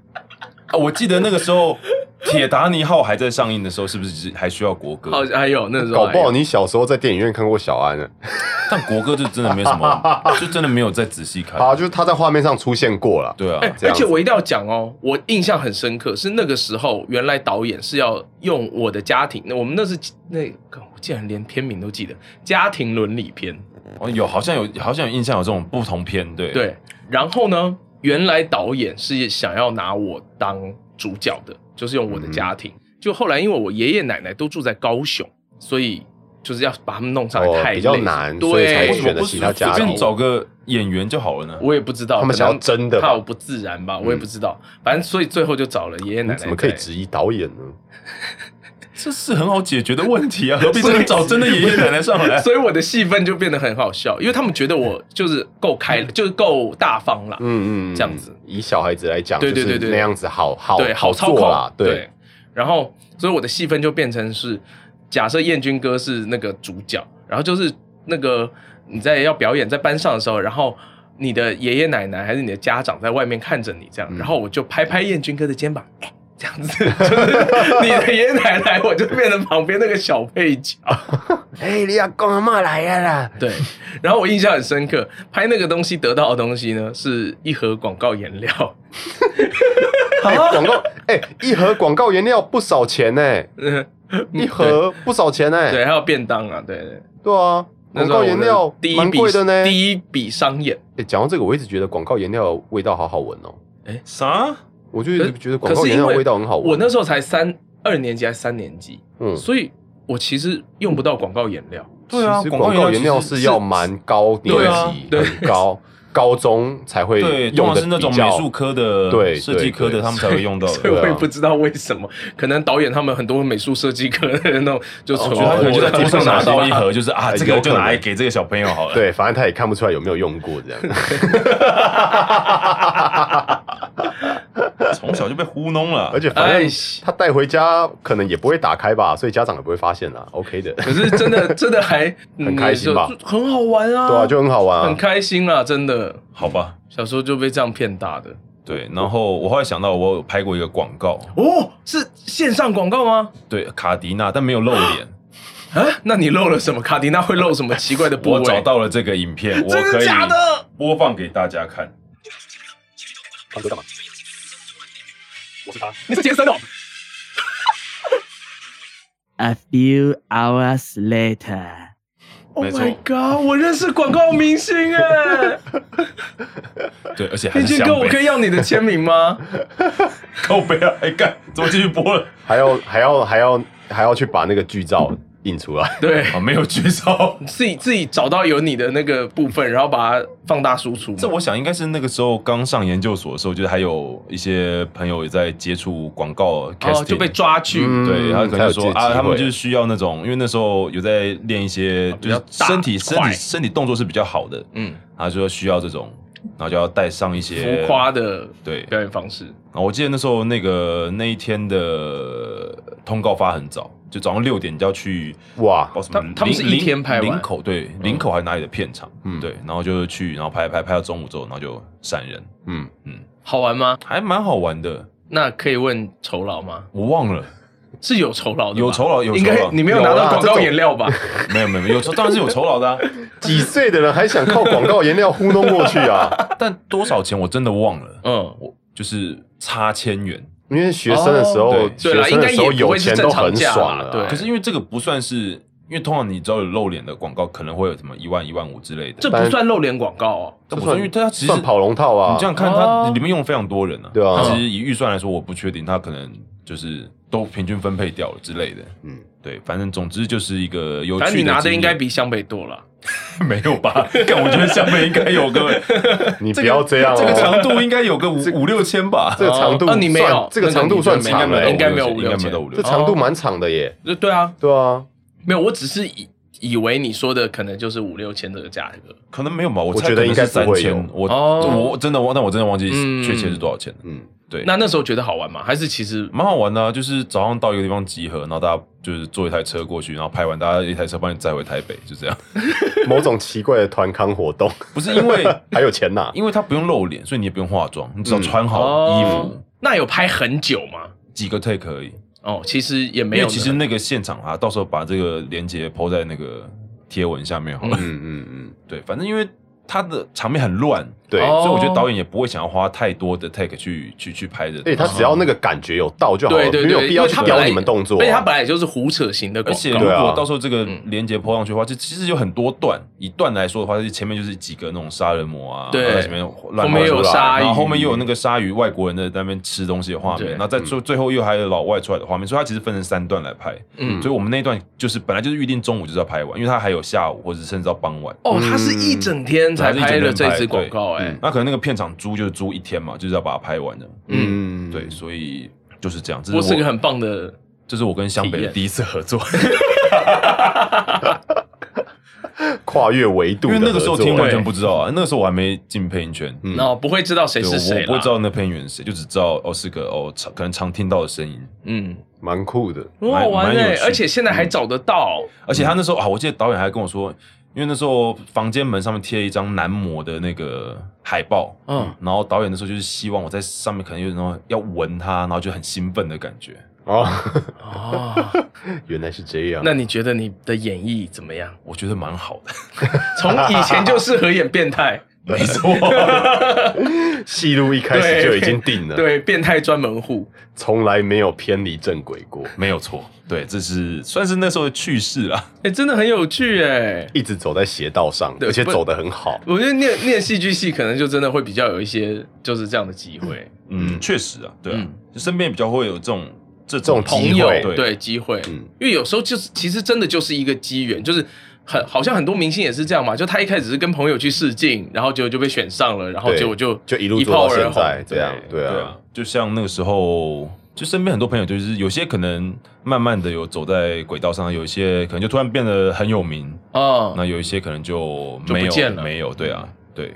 [SPEAKER 1] 啊，我记得那个时候《铁达尼号》还在上映的时候，是不是只还需要国歌？
[SPEAKER 2] 啊好，还有那时候
[SPEAKER 3] 搞
[SPEAKER 2] 还
[SPEAKER 3] 不
[SPEAKER 2] 有
[SPEAKER 3] 好你小时候在电影院看过小安呢。啊
[SPEAKER 1] 但国歌就真的没什 么，就真的没有再仔细看。
[SPEAKER 3] 啊，就是他在画面上出现过了，
[SPEAKER 1] 对啊，
[SPEAKER 2] 哎、
[SPEAKER 3] 这
[SPEAKER 2] 而
[SPEAKER 3] 样子
[SPEAKER 2] 且我一定要讲哦，我印象很深刻，是那个时候，原来导演是要用我的家庭，那我们那是那干我竟然连片名都记得，家庭伦理片。
[SPEAKER 1] 哦，有好像有好像有印象有这种不同片，对
[SPEAKER 2] 对，然后呢，原来导演是想要拿我当主角的，就是用我
[SPEAKER 3] 嗯
[SPEAKER 2] 的家庭。就后来因为我爷爷奶奶都住在高雄，所以就是要把他们弄上来
[SPEAKER 3] 哦
[SPEAKER 2] 太累、
[SPEAKER 3] 比较难所以才
[SPEAKER 1] 为什，
[SPEAKER 2] 对
[SPEAKER 3] 哎选
[SPEAKER 1] 么
[SPEAKER 3] 了
[SPEAKER 1] 不
[SPEAKER 3] 其他家
[SPEAKER 1] 随便
[SPEAKER 3] 庭
[SPEAKER 1] 找个演员就好了呢？
[SPEAKER 2] 我也不知道，
[SPEAKER 3] 他们想要
[SPEAKER 2] 可能
[SPEAKER 3] 真的吧
[SPEAKER 2] 怕我不自然吧，我也不知道。反正所以最后就找了爷爷奶奶
[SPEAKER 3] 你
[SPEAKER 2] 在。
[SPEAKER 3] 嗯怎么可以质疑导演呢？
[SPEAKER 1] 这是很好解决的问题 啊，何必真的找真的爷爷奶奶上来？
[SPEAKER 2] 所以我的戏份就变得很好笑，因为他们觉得我就是够开，
[SPEAKER 1] 嗯
[SPEAKER 2] 就是够大方啦。
[SPEAKER 3] 嗯
[SPEAKER 2] 这样子，
[SPEAKER 3] 以小孩子来讲，
[SPEAKER 2] 对对
[SPEAKER 3] 就是
[SPEAKER 2] 对对
[SPEAKER 3] 那样子好好
[SPEAKER 2] 对，好操
[SPEAKER 3] 做
[SPEAKER 2] 控
[SPEAKER 3] 啦，对，
[SPEAKER 2] 然后，所以我的戏份就变成是，假设燕军哥是那个主角，然后就是那个你在要表演在班上的时候，然后你的爷爷奶奶还是你的家长在外面看着你这
[SPEAKER 1] 嗯
[SPEAKER 2] 样，然后我就拍拍燕军哥的肩膀，哎、这样子， 就是你的爷爷奶奶，我就变成旁边那个小配角。
[SPEAKER 3] 哎，你阿公阿妈来呀啦，
[SPEAKER 2] 对，然后我印象很深刻，拍那个东西得到的东西呢，是一盒广告颜料。
[SPEAKER 3] 哎广告，哎，一盒广告原料不少钱 呢， 一盒不少钱呢，
[SPEAKER 2] 对，还有便当啊，对对。
[SPEAKER 3] 对啊，
[SPEAKER 2] 那
[SPEAKER 3] 广
[SPEAKER 2] 时候
[SPEAKER 3] 告
[SPEAKER 2] 我的
[SPEAKER 3] 原料
[SPEAKER 2] 第一
[SPEAKER 3] 蛮
[SPEAKER 2] 笔
[SPEAKER 3] 贵的呢。
[SPEAKER 2] 第一笔商演。
[SPEAKER 3] 哎，讲到这个，我一直觉得广告原料的味道好好闻哦，
[SPEAKER 1] 啥？
[SPEAKER 3] 我就一直
[SPEAKER 2] 可
[SPEAKER 3] 觉得广
[SPEAKER 2] 可
[SPEAKER 3] 告
[SPEAKER 2] 是
[SPEAKER 3] 原
[SPEAKER 2] 因
[SPEAKER 3] 料
[SPEAKER 2] 为
[SPEAKER 3] 味道很好闻。
[SPEAKER 2] 我那时候才三二年级还是三年级，
[SPEAKER 3] 嗯，
[SPEAKER 2] 所以我其实用不到广告颜料。
[SPEAKER 1] 对啊，
[SPEAKER 3] 其实广告原料
[SPEAKER 1] 其实
[SPEAKER 3] 是要蛮高年
[SPEAKER 1] 对啊
[SPEAKER 3] 级，
[SPEAKER 2] 对
[SPEAKER 3] 很高高中才会
[SPEAKER 1] 对，通
[SPEAKER 3] 用
[SPEAKER 1] 常
[SPEAKER 3] 的
[SPEAKER 1] 是那种美术科的、
[SPEAKER 3] 对
[SPEAKER 1] 设计科
[SPEAKER 3] 对
[SPEAKER 1] 的，
[SPEAKER 3] 对啊
[SPEAKER 1] 他们才会用到的。
[SPEAKER 2] 所以
[SPEAKER 1] 我
[SPEAKER 2] 我也不知道为什么，可能导演他们很多美术设计科的人那种就
[SPEAKER 3] 哦
[SPEAKER 2] 从
[SPEAKER 1] 觉得他可能就在桌上拿到一盒，就是啊，
[SPEAKER 3] 哎
[SPEAKER 1] 这个就
[SPEAKER 3] 有可能
[SPEAKER 1] 拿来给这个小朋友好了。
[SPEAKER 3] 对，反正他也看不出来有没有用过这样。
[SPEAKER 1] 从小就被糊弄了
[SPEAKER 3] 而。且反
[SPEAKER 2] 哎
[SPEAKER 3] 正他带回家可能也不会打开吧，所以家长也不会发现啦。OK 的，
[SPEAKER 2] 可是真的真的还
[SPEAKER 3] 很开心吧
[SPEAKER 2] 嗯就很好玩啊，
[SPEAKER 3] 对啊，就很好玩
[SPEAKER 2] 很
[SPEAKER 3] 啊。
[SPEAKER 2] 开心啊，真的。
[SPEAKER 1] 好吧，
[SPEAKER 2] 小时候就被这样骗大的
[SPEAKER 1] 对。然后我后来想到，我有拍过一个广告，
[SPEAKER 2] 哦，是线上广告吗？
[SPEAKER 1] 对卡迪娜，但没有露脸。
[SPEAKER 2] 啊，那你漏了什么？卡迪娜会漏什么奇怪的部位？
[SPEAKER 1] 我找到了这个影 片，我
[SPEAKER 2] 真
[SPEAKER 1] 可
[SPEAKER 2] 的
[SPEAKER 1] 以
[SPEAKER 2] 假的？
[SPEAKER 1] 播放给大家看。
[SPEAKER 3] 他在干嘛？我是他。
[SPEAKER 2] 你是杰森哦。
[SPEAKER 4] A few hours later.
[SPEAKER 2] Oh
[SPEAKER 1] 没错
[SPEAKER 2] my god！我认识广告明 星哎，
[SPEAKER 1] 对，而且还
[SPEAKER 2] 彦
[SPEAKER 1] 是
[SPEAKER 2] 俊
[SPEAKER 1] 香
[SPEAKER 2] 哥，我可
[SPEAKER 1] 北。
[SPEAKER 2] 以要你的签名吗？
[SPEAKER 1] 靠北啊！哎干，怎么继续播了？
[SPEAKER 3] 还要还要还要还要去把那个剧照印出来。
[SPEAKER 2] 对，
[SPEAKER 1] 啊，没有举手。
[SPEAKER 2] 自己自己找到有你的那个部分，然后把它放大输出嘛。
[SPEAKER 1] 这我想应该是那个时候刚上研究所的时候，就是还有一些朋友也在接触广告 casting，、
[SPEAKER 2] 哦就被抓去，
[SPEAKER 3] 嗯
[SPEAKER 1] 对，他可能就说
[SPEAKER 3] 才有这个机
[SPEAKER 1] 啊，
[SPEAKER 3] 会
[SPEAKER 1] 他们就是需要那种，因为那时候有在练一些就
[SPEAKER 2] 比较
[SPEAKER 1] 是
[SPEAKER 2] 大
[SPEAKER 1] 身体身
[SPEAKER 2] 快
[SPEAKER 1] 体身体动作是比较好的，
[SPEAKER 2] 嗯，
[SPEAKER 1] 然后就说需要这种，然后就要带上一些
[SPEAKER 2] 浮夸。的
[SPEAKER 1] 对，
[SPEAKER 2] 表演方式。
[SPEAKER 1] 然后啊我记得那时候那个那一天的通告发很早，就早上六点就要去
[SPEAKER 3] 哇，
[SPEAKER 1] 报什
[SPEAKER 2] 他
[SPEAKER 1] 么林？
[SPEAKER 2] 他们是一
[SPEAKER 1] 林
[SPEAKER 2] 天拍完嗯
[SPEAKER 1] 林口对林口还哪里的片场，
[SPEAKER 3] 嗯
[SPEAKER 1] 对，然后就去，然后拍拍拍到中午之后，然后就闪人，
[SPEAKER 3] 嗯，
[SPEAKER 2] 好玩吗？
[SPEAKER 1] 还蛮好玩的。
[SPEAKER 2] 那可以问酬劳吗？
[SPEAKER 1] 我忘了，
[SPEAKER 2] 是有酬劳的吧，
[SPEAKER 1] 有酬劳有酬劳
[SPEAKER 2] 应该你没有拿
[SPEAKER 3] 有
[SPEAKER 2] 到
[SPEAKER 3] 啦
[SPEAKER 2] 广
[SPEAKER 3] 这
[SPEAKER 2] 告
[SPEAKER 3] 种
[SPEAKER 2] 颜 料吧？
[SPEAKER 1] 没有没有没有，有酬当然是有酬劳的、啊，
[SPEAKER 3] 几岁的人还想靠广告颜料糊弄过去 啊？
[SPEAKER 1] 但多少钱我真的忘了，
[SPEAKER 2] 嗯，
[SPEAKER 1] 我就是差千元。
[SPEAKER 3] 因为学生的时候，
[SPEAKER 1] 哦
[SPEAKER 2] 对
[SPEAKER 3] 学
[SPEAKER 2] 啦
[SPEAKER 3] 生的时
[SPEAKER 2] 应该
[SPEAKER 3] 候
[SPEAKER 2] 也不
[SPEAKER 3] 有
[SPEAKER 2] 会是
[SPEAKER 3] 钱
[SPEAKER 2] 正
[SPEAKER 3] 都
[SPEAKER 2] 常
[SPEAKER 3] 很
[SPEAKER 2] 价啦
[SPEAKER 3] 爽了啊。
[SPEAKER 2] 对
[SPEAKER 1] 可是因为这个不算是，因为通常你只要有露脸的广告，可能会有什么一万一万五之类的。
[SPEAKER 2] 这不算露脸广告哦。
[SPEAKER 1] 但
[SPEAKER 3] 这
[SPEAKER 1] 我说，
[SPEAKER 3] 算
[SPEAKER 1] 因为它其实
[SPEAKER 3] 算跑龙套啊
[SPEAKER 1] 你这样看
[SPEAKER 2] 哦
[SPEAKER 1] 它里面用非常多人啊，
[SPEAKER 3] 对啊
[SPEAKER 1] 它其实以预算来说，我不确定它可能就是都平均分配掉了之类的。
[SPEAKER 3] 嗯
[SPEAKER 1] 嗯，对，反正总之就是一个有
[SPEAKER 2] 反
[SPEAKER 1] 趣
[SPEAKER 2] 正你拿的
[SPEAKER 1] 经
[SPEAKER 2] 应该
[SPEAKER 1] 验
[SPEAKER 2] 比湘北多了。
[SPEAKER 1] 没有吧？但我觉得下面应该有 个
[SPEAKER 3] 你不要这样哦。
[SPEAKER 1] 这个长度应该有个五五六千吧
[SPEAKER 3] 这。个长度
[SPEAKER 2] 哦，你没有
[SPEAKER 3] 算这个长度算长
[SPEAKER 2] 那哦
[SPEAKER 3] 了
[SPEAKER 2] 个你就没有
[SPEAKER 1] 应
[SPEAKER 2] 应该
[SPEAKER 1] 该
[SPEAKER 2] 没
[SPEAKER 1] 没
[SPEAKER 2] 有
[SPEAKER 1] 有
[SPEAKER 2] 五
[SPEAKER 1] 五
[SPEAKER 3] 这
[SPEAKER 1] 六千。
[SPEAKER 3] 长度蛮长的耶。
[SPEAKER 2] 就对啊，
[SPEAKER 3] 对啊，
[SPEAKER 2] 没有，我只是以以为你说的可能就是五六千这个价格。
[SPEAKER 1] 可能没有吧，我
[SPEAKER 3] 我
[SPEAKER 1] 猜
[SPEAKER 3] 觉
[SPEAKER 1] 可
[SPEAKER 3] 得
[SPEAKER 1] 能
[SPEAKER 3] 应该
[SPEAKER 1] 是三
[SPEAKER 3] 不会有
[SPEAKER 1] 千。我
[SPEAKER 2] 哦
[SPEAKER 1] 我真的忘，但我真的忘记
[SPEAKER 2] 嗯
[SPEAKER 1] 确切是多少钱了。
[SPEAKER 3] 嗯，
[SPEAKER 1] 对，
[SPEAKER 2] 那那时候觉得好玩吗？还是其实
[SPEAKER 1] 蛮好玩的、啊，就是早上到一个地方集合，然后大家就是坐一台车过去，然后拍完，大家一台车帮你载回台北，就这样。
[SPEAKER 3] 某种奇怪的团康活动，
[SPEAKER 1] 不是因为
[SPEAKER 3] 还有钱拿
[SPEAKER 1] 因为他不用露脸，所以你也不用化妆，你只要穿好衣服，
[SPEAKER 2] 哦，那有拍很久吗？
[SPEAKER 1] 几个 take 而已。
[SPEAKER 2] 哦，其实也没
[SPEAKER 1] 因为
[SPEAKER 2] 有呢。
[SPEAKER 1] 其实那个现场啊，到时候把这个链接抛在那个贴文下面好了。
[SPEAKER 3] 嗯嗯嗯，
[SPEAKER 1] 对，反正因为他的场面很乱，
[SPEAKER 3] 对。
[SPEAKER 2] 哦
[SPEAKER 1] 所以我觉得导演也不会想要花太多的 take 去去去拍的。
[SPEAKER 3] 而哎且他只要那个感觉有到就好了，
[SPEAKER 2] 对对对
[SPEAKER 3] 没有必要
[SPEAKER 2] 因为
[SPEAKER 3] 去
[SPEAKER 2] 他本
[SPEAKER 3] 雕
[SPEAKER 2] 来
[SPEAKER 3] 你们动作、啊。
[SPEAKER 2] 而且它本来就是胡扯型的
[SPEAKER 1] 而
[SPEAKER 2] 广
[SPEAKER 1] 且
[SPEAKER 2] 告
[SPEAKER 1] 如
[SPEAKER 3] 对啊
[SPEAKER 1] 果到时候这个
[SPEAKER 2] 嗯
[SPEAKER 1] 连接抛上去的话，就其实有很多段。以段来说的话，就是前面就是几个那种杀人魔啊，
[SPEAKER 2] 对
[SPEAKER 1] 然后在前面乱
[SPEAKER 2] 后面有
[SPEAKER 1] 跑出来
[SPEAKER 2] 鲨鱼
[SPEAKER 1] 然后后面又有那个鲨鱼外国人在那边吃东西的画
[SPEAKER 2] 对
[SPEAKER 1] 面，然后再最最后又还有老外出来的画面，所以它其实分成三段来拍。
[SPEAKER 2] 嗯
[SPEAKER 1] 所以我们那一段就是本来就是预定中午就是要拍完，因为它还有下午或者甚至到傍晚。
[SPEAKER 2] 哦，它是一整天才拍了这支广告，哎
[SPEAKER 3] 嗯，
[SPEAKER 1] 那可能那个片场租就是租一天嘛，就是要把它拍完的。
[SPEAKER 2] 嗯，
[SPEAKER 3] 嗯，
[SPEAKER 1] 对，所以就是这样。这
[SPEAKER 2] 我
[SPEAKER 1] 是
[SPEAKER 2] 是
[SPEAKER 1] 我
[SPEAKER 2] 个很棒的，
[SPEAKER 1] 这是我跟湘北的第一次合作，
[SPEAKER 3] 跨越维度
[SPEAKER 1] 因
[SPEAKER 3] 的
[SPEAKER 1] 为那
[SPEAKER 3] 合作，
[SPEAKER 1] 个时候听完全
[SPEAKER 2] 对
[SPEAKER 1] 不知道啊，那个时候我还没进配音圈，
[SPEAKER 3] 嗯
[SPEAKER 2] 然后不会知道谁
[SPEAKER 1] 对，
[SPEAKER 2] 是
[SPEAKER 1] 我
[SPEAKER 2] 谁
[SPEAKER 1] 我不
[SPEAKER 2] 啦
[SPEAKER 1] 会知道那配音员是谁，就只知道哦是个哦常可能常听到的声音，
[SPEAKER 2] 嗯，
[SPEAKER 3] 蛮酷的。
[SPEAKER 2] 很好玩
[SPEAKER 1] 蛮蛮
[SPEAKER 2] 哎
[SPEAKER 1] 有，趣
[SPEAKER 2] 而且现在还找得到，
[SPEAKER 1] 而且他那时候啊，我记得导演还跟我说，因为那时候房间门上面贴了一张男模的那个海报。
[SPEAKER 2] 嗯，
[SPEAKER 1] 然后导演那时候就是希望我在上面可能有那种要闻他，然后就很兴奋的感觉。
[SPEAKER 3] 哦，
[SPEAKER 2] 哦，
[SPEAKER 3] 原来是这样。
[SPEAKER 2] 那你觉得你的演绎怎 么样？
[SPEAKER 1] 我觉得蛮好的，
[SPEAKER 2] 从以前就适合演变态，
[SPEAKER 1] 没错。
[SPEAKER 3] 戏路一开始就已经定了，，
[SPEAKER 2] 对，变态专门户，
[SPEAKER 3] 从来没有偏离正轨过，
[SPEAKER 2] 嗯
[SPEAKER 1] 没有错，对，这是算是那时候的趣事啦。
[SPEAKER 2] 哎，真的很有趣哎。
[SPEAKER 3] 一直走在邪道上，
[SPEAKER 2] 对
[SPEAKER 3] 而且
[SPEAKER 2] 不
[SPEAKER 3] 走得很好。
[SPEAKER 2] 我觉得念念戏剧系可能就真的会比较有一些就是这样的机会，
[SPEAKER 1] 嗯，确实啊，对啊，
[SPEAKER 2] 嗯
[SPEAKER 1] 就身边比较会有这种这
[SPEAKER 3] 这种机
[SPEAKER 2] 朋
[SPEAKER 3] 会
[SPEAKER 2] 友
[SPEAKER 1] 对
[SPEAKER 2] 对机会，
[SPEAKER 3] 嗯
[SPEAKER 2] 因为有时候就是其实真的就是一个机缘，就是很好像很多明星也是这样嘛，就他一开始是跟朋友去试镜，然后结果就被选上了，然后
[SPEAKER 3] 对
[SPEAKER 2] 结果就
[SPEAKER 3] 就一路做
[SPEAKER 2] 炮
[SPEAKER 3] 到
[SPEAKER 2] 而
[SPEAKER 3] 现
[SPEAKER 2] 红
[SPEAKER 3] 在这样，对
[SPEAKER 1] 对
[SPEAKER 3] 啊
[SPEAKER 1] 啊，，就像那个时候，就身边很多朋友，就是有些可能慢慢的有走在轨道上，有一些可能就突然变得很有名，
[SPEAKER 2] 啊，
[SPEAKER 1] 那有一些可能就
[SPEAKER 2] 就不
[SPEAKER 1] 没有
[SPEAKER 2] 见了嗯
[SPEAKER 1] 没有，对啊，对。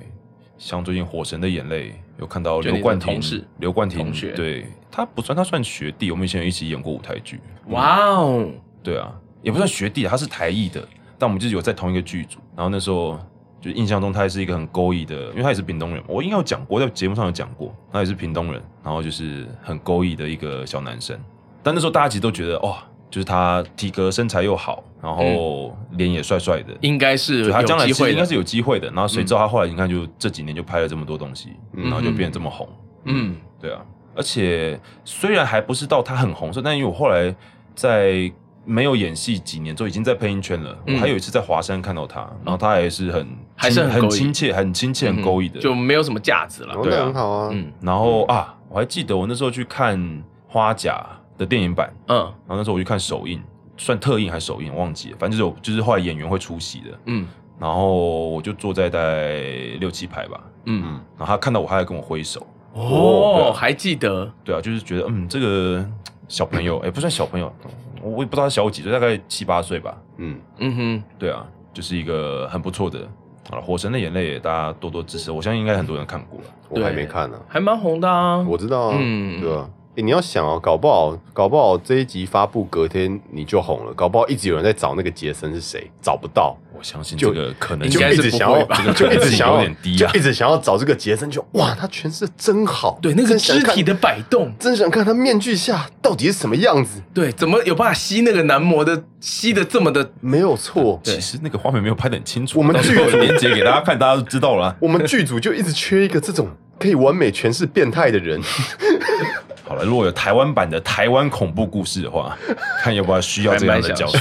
[SPEAKER 1] 像最近《火神的眼泪》，有看到
[SPEAKER 2] 就
[SPEAKER 1] 刘
[SPEAKER 2] 你的
[SPEAKER 1] 冠廷
[SPEAKER 2] 同事，
[SPEAKER 1] 刘冠廷
[SPEAKER 2] 同学
[SPEAKER 1] 对他不算，他算学弟，我们以前有一起演过舞台剧，
[SPEAKER 2] 哇哦，
[SPEAKER 1] 对啊，也不算学弟啊，他是台艺的，但我们就是有在同一个剧组。然后那时候就印象中他也是一个很勾引的，因为他也是屏东人，我应该有讲过，在节目上有讲过，他也是屏东人，然后就是很勾引的一个小男生。但那时候大家其实都觉得，哇、就是他体格身材又好，然后脸也帅帅的，
[SPEAKER 2] 嗯应该是
[SPEAKER 1] 所以他
[SPEAKER 2] 有
[SPEAKER 1] 将来
[SPEAKER 2] 机
[SPEAKER 1] 其实
[SPEAKER 2] 会
[SPEAKER 1] 应该
[SPEAKER 2] 的
[SPEAKER 1] 是，有机会的。然后谁知道他后来你看，就这几年就拍了这么多东西，
[SPEAKER 3] 嗯
[SPEAKER 1] 然后就变得这么红。
[SPEAKER 2] 嗯
[SPEAKER 1] 对啊，而且虽然还不是到他很红色，但因为我后来在没有演戏几年之后，已经在配音圈了。
[SPEAKER 2] 嗯
[SPEAKER 1] 我还有一次在华山看到他，然后他还是很
[SPEAKER 2] 还是很
[SPEAKER 1] 很
[SPEAKER 2] 勾引嗯
[SPEAKER 1] 亲切、很亲切、很勾引的。
[SPEAKER 2] 就没有什么架子了
[SPEAKER 3] 哦，，
[SPEAKER 1] 对啊
[SPEAKER 3] 那很好啊。
[SPEAKER 2] 嗯
[SPEAKER 1] 然后啊，我还记得我那时候去看《花甲》的电影版，
[SPEAKER 2] 嗯
[SPEAKER 1] 然后那时候我去看首映，算特映还是首映忘记了，反正就是有就是后来演员会出席的。
[SPEAKER 2] 嗯
[SPEAKER 1] 然后我就坐在大概六七排吧，
[SPEAKER 2] 嗯，
[SPEAKER 1] 然后他看到我，他还跟我挥手。对
[SPEAKER 2] 哦，
[SPEAKER 1] 啊
[SPEAKER 2] 还记得
[SPEAKER 1] 对啊，就是觉得嗯，这个小朋友，哎、不算小朋友，我我也不知道他小我几岁，大概七八岁吧。
[SPEAKER 3] 嗯，
[SPEAKER 2] 嗯哼，
[SPEAKER 1] 对啊，就是一个很不错的。好了，《火神的眼泪》大家多多支持，我相信应该很多人看过了。
[SPEAKER 3] 我还
[SPEAKER 2] 对
[SPEAKER 3] 没看呢，
[SPEAKER 2] 还蛮红的啊，
[SPEAKER 3] 我知道啊，
[SPEAKER 2] 嗯
[SPEAKER 3] 对啊。诶你要想哦，搞不好，搞不好这一集发布隔天你就红了，搞不好一直有人在找那个杰森是谁，找不到，
[SPEAKER 1] 我相信
[SPEAKER 3] 就
[SPEAKER 1] 这个可能
[SPEAKER 2] 应
[SPEAKER 1] 性
[SPEAKER 3] 就
[SPEAKER 2] 该
[SPEAKER 3] 一
[SPEAKER 2] 是
[SPEAKER 3] 直
[SPEAKER 2] 不
[SPEAKER 3] 想
[SPEAKER 2] 会
[SPEAKER 3] 要
[SPEAKER 2] 吧，
[SPEAKER 1] 这
[SPEAKER 3] 就
[SPEAKER 1] 个
[SPEAKER 3] 一
[SPEAKER 1] 可
[SPEAKER 3] 直
[SPEAKER 1] 能性
[SPEAKER 3] 想
[SPEAKER 1] 有
[SPEAKER 3] 要
[SPEAKER 1] 点低啊
[SPEAKER 3] 就一。直想要找这个杰森，就哇，他诠释的真好，
[SPEAKER 2] 对那个
[SPEAKER 3] 真想
[SPEAKER 2] 肢
[SPEAKER 3] 看
[SPEAKER 2] 体的摆动，
[SPEAKER 3] 真想看他面具下到底是什么样子，
[SPEAKER 2] 对，怎么有办法吸那个男模的吸的这么的
[SPEAKER 3] 没有错。
[SPEAKER 1] 其实那个画面没有拍得很清楚，
[SPEAKER 3] 我们
[SPEAKER 1] 到时候连接给大家看，大家就知道了啊。
[SPEAKER 3] 我们剧组就一直缺一个这种可以完美诠释变态的人，
[SPEAKER 1] 好了，如果有台湾版的台湾恐怖故事的话，看要不要需要这样的角色。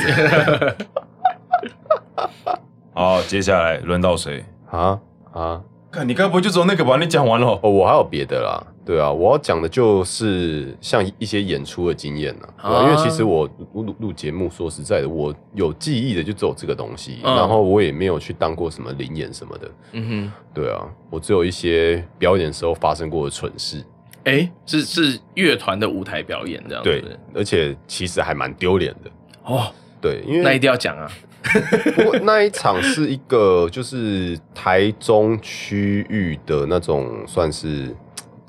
[SPEAKER 1] 好，接下来轮到谁？
[SPEAKER 3] 啊啊！
[SPEAKER 1] 看你该不会就只有那个吧？你讲完了。
[SPEAKER 3] 哦，我还有别的啦，对啊，我要讲的就是像一些演出的经验呐、对啊
[SPEAKER 2] 啊
[SPEAKER 3] 因为其实我录录录节目，说实在的，我有记忆的就只有这个东西，
[SPEAKER 2] 嗯
[SPEAKER 3] 然后我也没有去当过什么灵演什么的，
[SPEAKER 2] 嗯
[SPEAKER 3] 对啊，我只有一些表演时候发生过的蠢事，
[SPEAKER 2] 哼，哎，是是乐团的舞台表演这样子，
[SPEAKER 3] 对，而且其实还蛮丢脸的，
[SPEAKER 2] 哦，
[SPEAKER 3] 对，因为
[SPEAKER 2] 那一定要讲啊，
[SPEAKER 3] 不过那一场是一个就是台中区域的那种，算是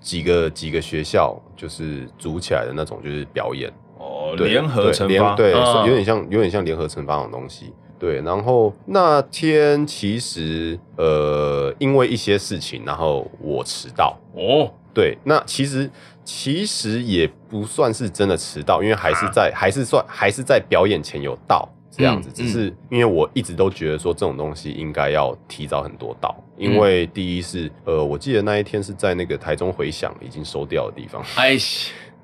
[SPEAKER 3] 几个几个学校就是组起来的那种，就是表演
[SPEAKER 1] 哦，
[SPEAKER 3] 对
[SPEAKER 1] 联合
[SPEAKER 3] 对
[SPEAKER 1] 惩
[SPEAKER 3] 联
[SPEAKER 1] 罚，
[SPEAKER 3] 对，
[SPEAKER 2] 嗯
[SPEAKER 3] 有点像有点像联合惩罚那种东西。对，然后那天其实呃，因为一些事情，然后我迟到。
[SPEAKER 2] 哦，
[SPEAKER 3] 对，那其实其实也不算是真的迟到，因为还是在、还是算还是在表演前有到，这样子。
[SPEAKER 2] 啊嗯
[SPEAKER 3] 只是因为我一直都觉得说这种东西应该要提早很多到，因
[SPEAKER 2] 嗯
[SPEAKER 3] 为第一是呃，我记得那一天是在那个台中回响已经收掉的地方，
[SPEAKER 2] 哎，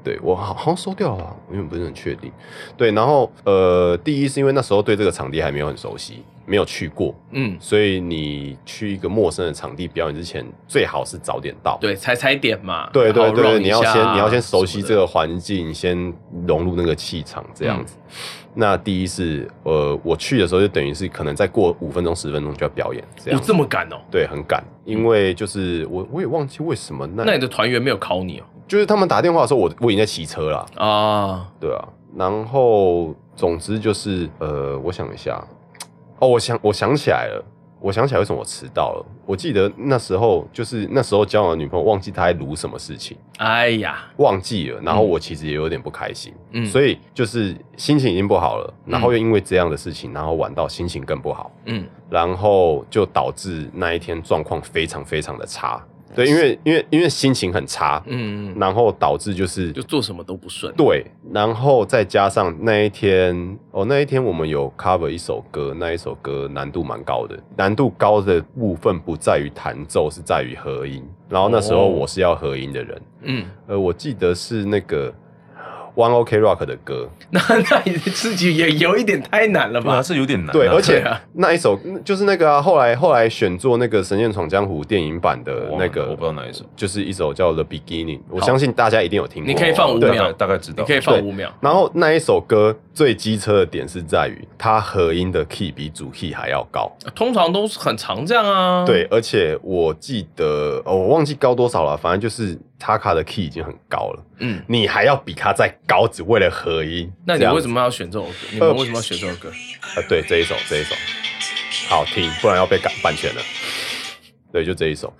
[SPEAKER 3] 对我好好像收掉了吧，我有点不是很确定。对，然后呃，第一是因为那时候对这个场地还没有很熟悉，没有去过，
[SPEAKER 2] 嗯，
[SPEAKER 3] 所以你去一个陌生的场地表演之前，最好是早点到。
[SPEAKER 2] 对，踩踩点嘛，
[SPEAKER 3] 对对
[SPEAKER 2] 然后
[SPEAKER 3] 对，
[SPEAKER 2] run
[SPEAKER 3] 你要
[SPEAKER 2] 一下
[SPEAKER 3] 先你要先
[SPEAKER 2] 啊
[SPEAKER 3] 熟悉
[SPEAKER 2] 什么
[SPEAKER 3] 这
[SPEAKER 2] 的
[SPEAKER 3] 个环境，先融入那个气场这样子。
[SPEAKER 2] 嗯
[SPEAKER 3] 那第一是呃，我去的时候就等于是可能再过五分钟十分钟就要表演这样
[SPEAKER 2] 哦，
[SPEAKER 3] 子
[SPEAKER 2] 这么赶哦。
[SPEAKER 3] 对，很赶，因为就是我我也忘记为什么那
[SPEAKER 2] 那你的团员没有考你哦？
[SPEAKER 3] 就是他们打电话的时候，我我已经在骑车了，
[SPEAKER 2] 啊，
[SPEAKER 3] 对啊。然后总之就是呃，我想一下，哦，我想我想起来了。我想起来为什么我迟到了。我记得那时候就是那时候交往的女朋友忘记她在撸什么事情，
[SPEAKER 2] 哎呀，
[SPEAKER 3] 忘记了，然后我其实也有点不开心，
[SPEAKER 2] 嗯，
[SPEAKER 3] 所
[SPEAKER 2] 以
[SPEAKER 3] 以就是心情已经不好了，
[SPEAKER 2] 嗯
[SPEAKER 3] 然后又因为这样的事情，然后玩到心情更不好，
[SPEAKER 2] 嗯
[SPEAKER 3] 然后就导致那一天状况非常非常的差。对，因为因为因为心情很差，
[SPEAKER 2] 嗯，嗯
[SPEAKER 3] 然后导致就是
[SPEAKER 2] 就做什么都不顺。
[SPEAKER 3] 对，然后再加上那一天哦，那一天我们有 cover 一首歌，那一首歌难度蛮高的，难度高的部分不在于弹奏，是在于合音。然后那时候
[SPEAKER 2] 哦
[SPEAKER 3] 我是要合音的人，
[SPEAKER 2] 嗯，
[SPEAKER 3] 呃，我记得是那个 One OK Rock 的歌，
[SPEAKER 2] 那那你自己也有一点太难了
[SPEAKER 1] 对啊，
[SPEAKER 2] 吧？
[SPEAKER 1] 这有点难啊。
[SPEAKER 3] 对，而且
[SPEAKER 2] 对啊
[SPEAKER 3] 那一首就是那个啊，后来后来选做那个《神剑闯江湖》电影版的
[SPEAKER 1] 我忘了
[SPEAKER 3] 呃那
[SPEAKER 2] 哦
[SPEAKER 3] 个，
[SPEAKER 1] 我不知道哪一首，
[SPEAKER 3] 就是一首叫《The Beginning》，我相信大家一定有听过。
[SPEAKER 2] 你可以放五
[SPEAKER 3] 啊
[SPEAKER 1] 大
[SPEAKER 2] 秒
[SPEAKER 1] 概大概知道。
[SPEAKER 2] 你可以放
[SPEAKER 3] 对
[SPEAKER 2] 五秒。
[SPEAKER 3] 然后那一首歌最机车的点是在于它合音的 key 比主 key 还要高，
[SPEAKER 2] 通常都是很常这样啊。
[SPEAKER 3] 对，，而且我记得哦，我忘记高多少了，反正就是塔卡的 key 已经很高了，
[SPEAKER 2] 嗯，
[SPEAKER 3] 你还要比它再高，只为了合音。
[SPEAKER 2] 那
[SPEAKER 3] 这
[SPEAKER 2] 你
[SPEAKER 3] 样
[SPEAKER 2] 为
[SPEAKER 3] 子
[SPEAKER 2] 什么要选这首歌？你们为什么要选这首歌？
[SPEAKER 3] 啊，对，这一首，这一首，好听，不然要被改版权了。对，就这一首。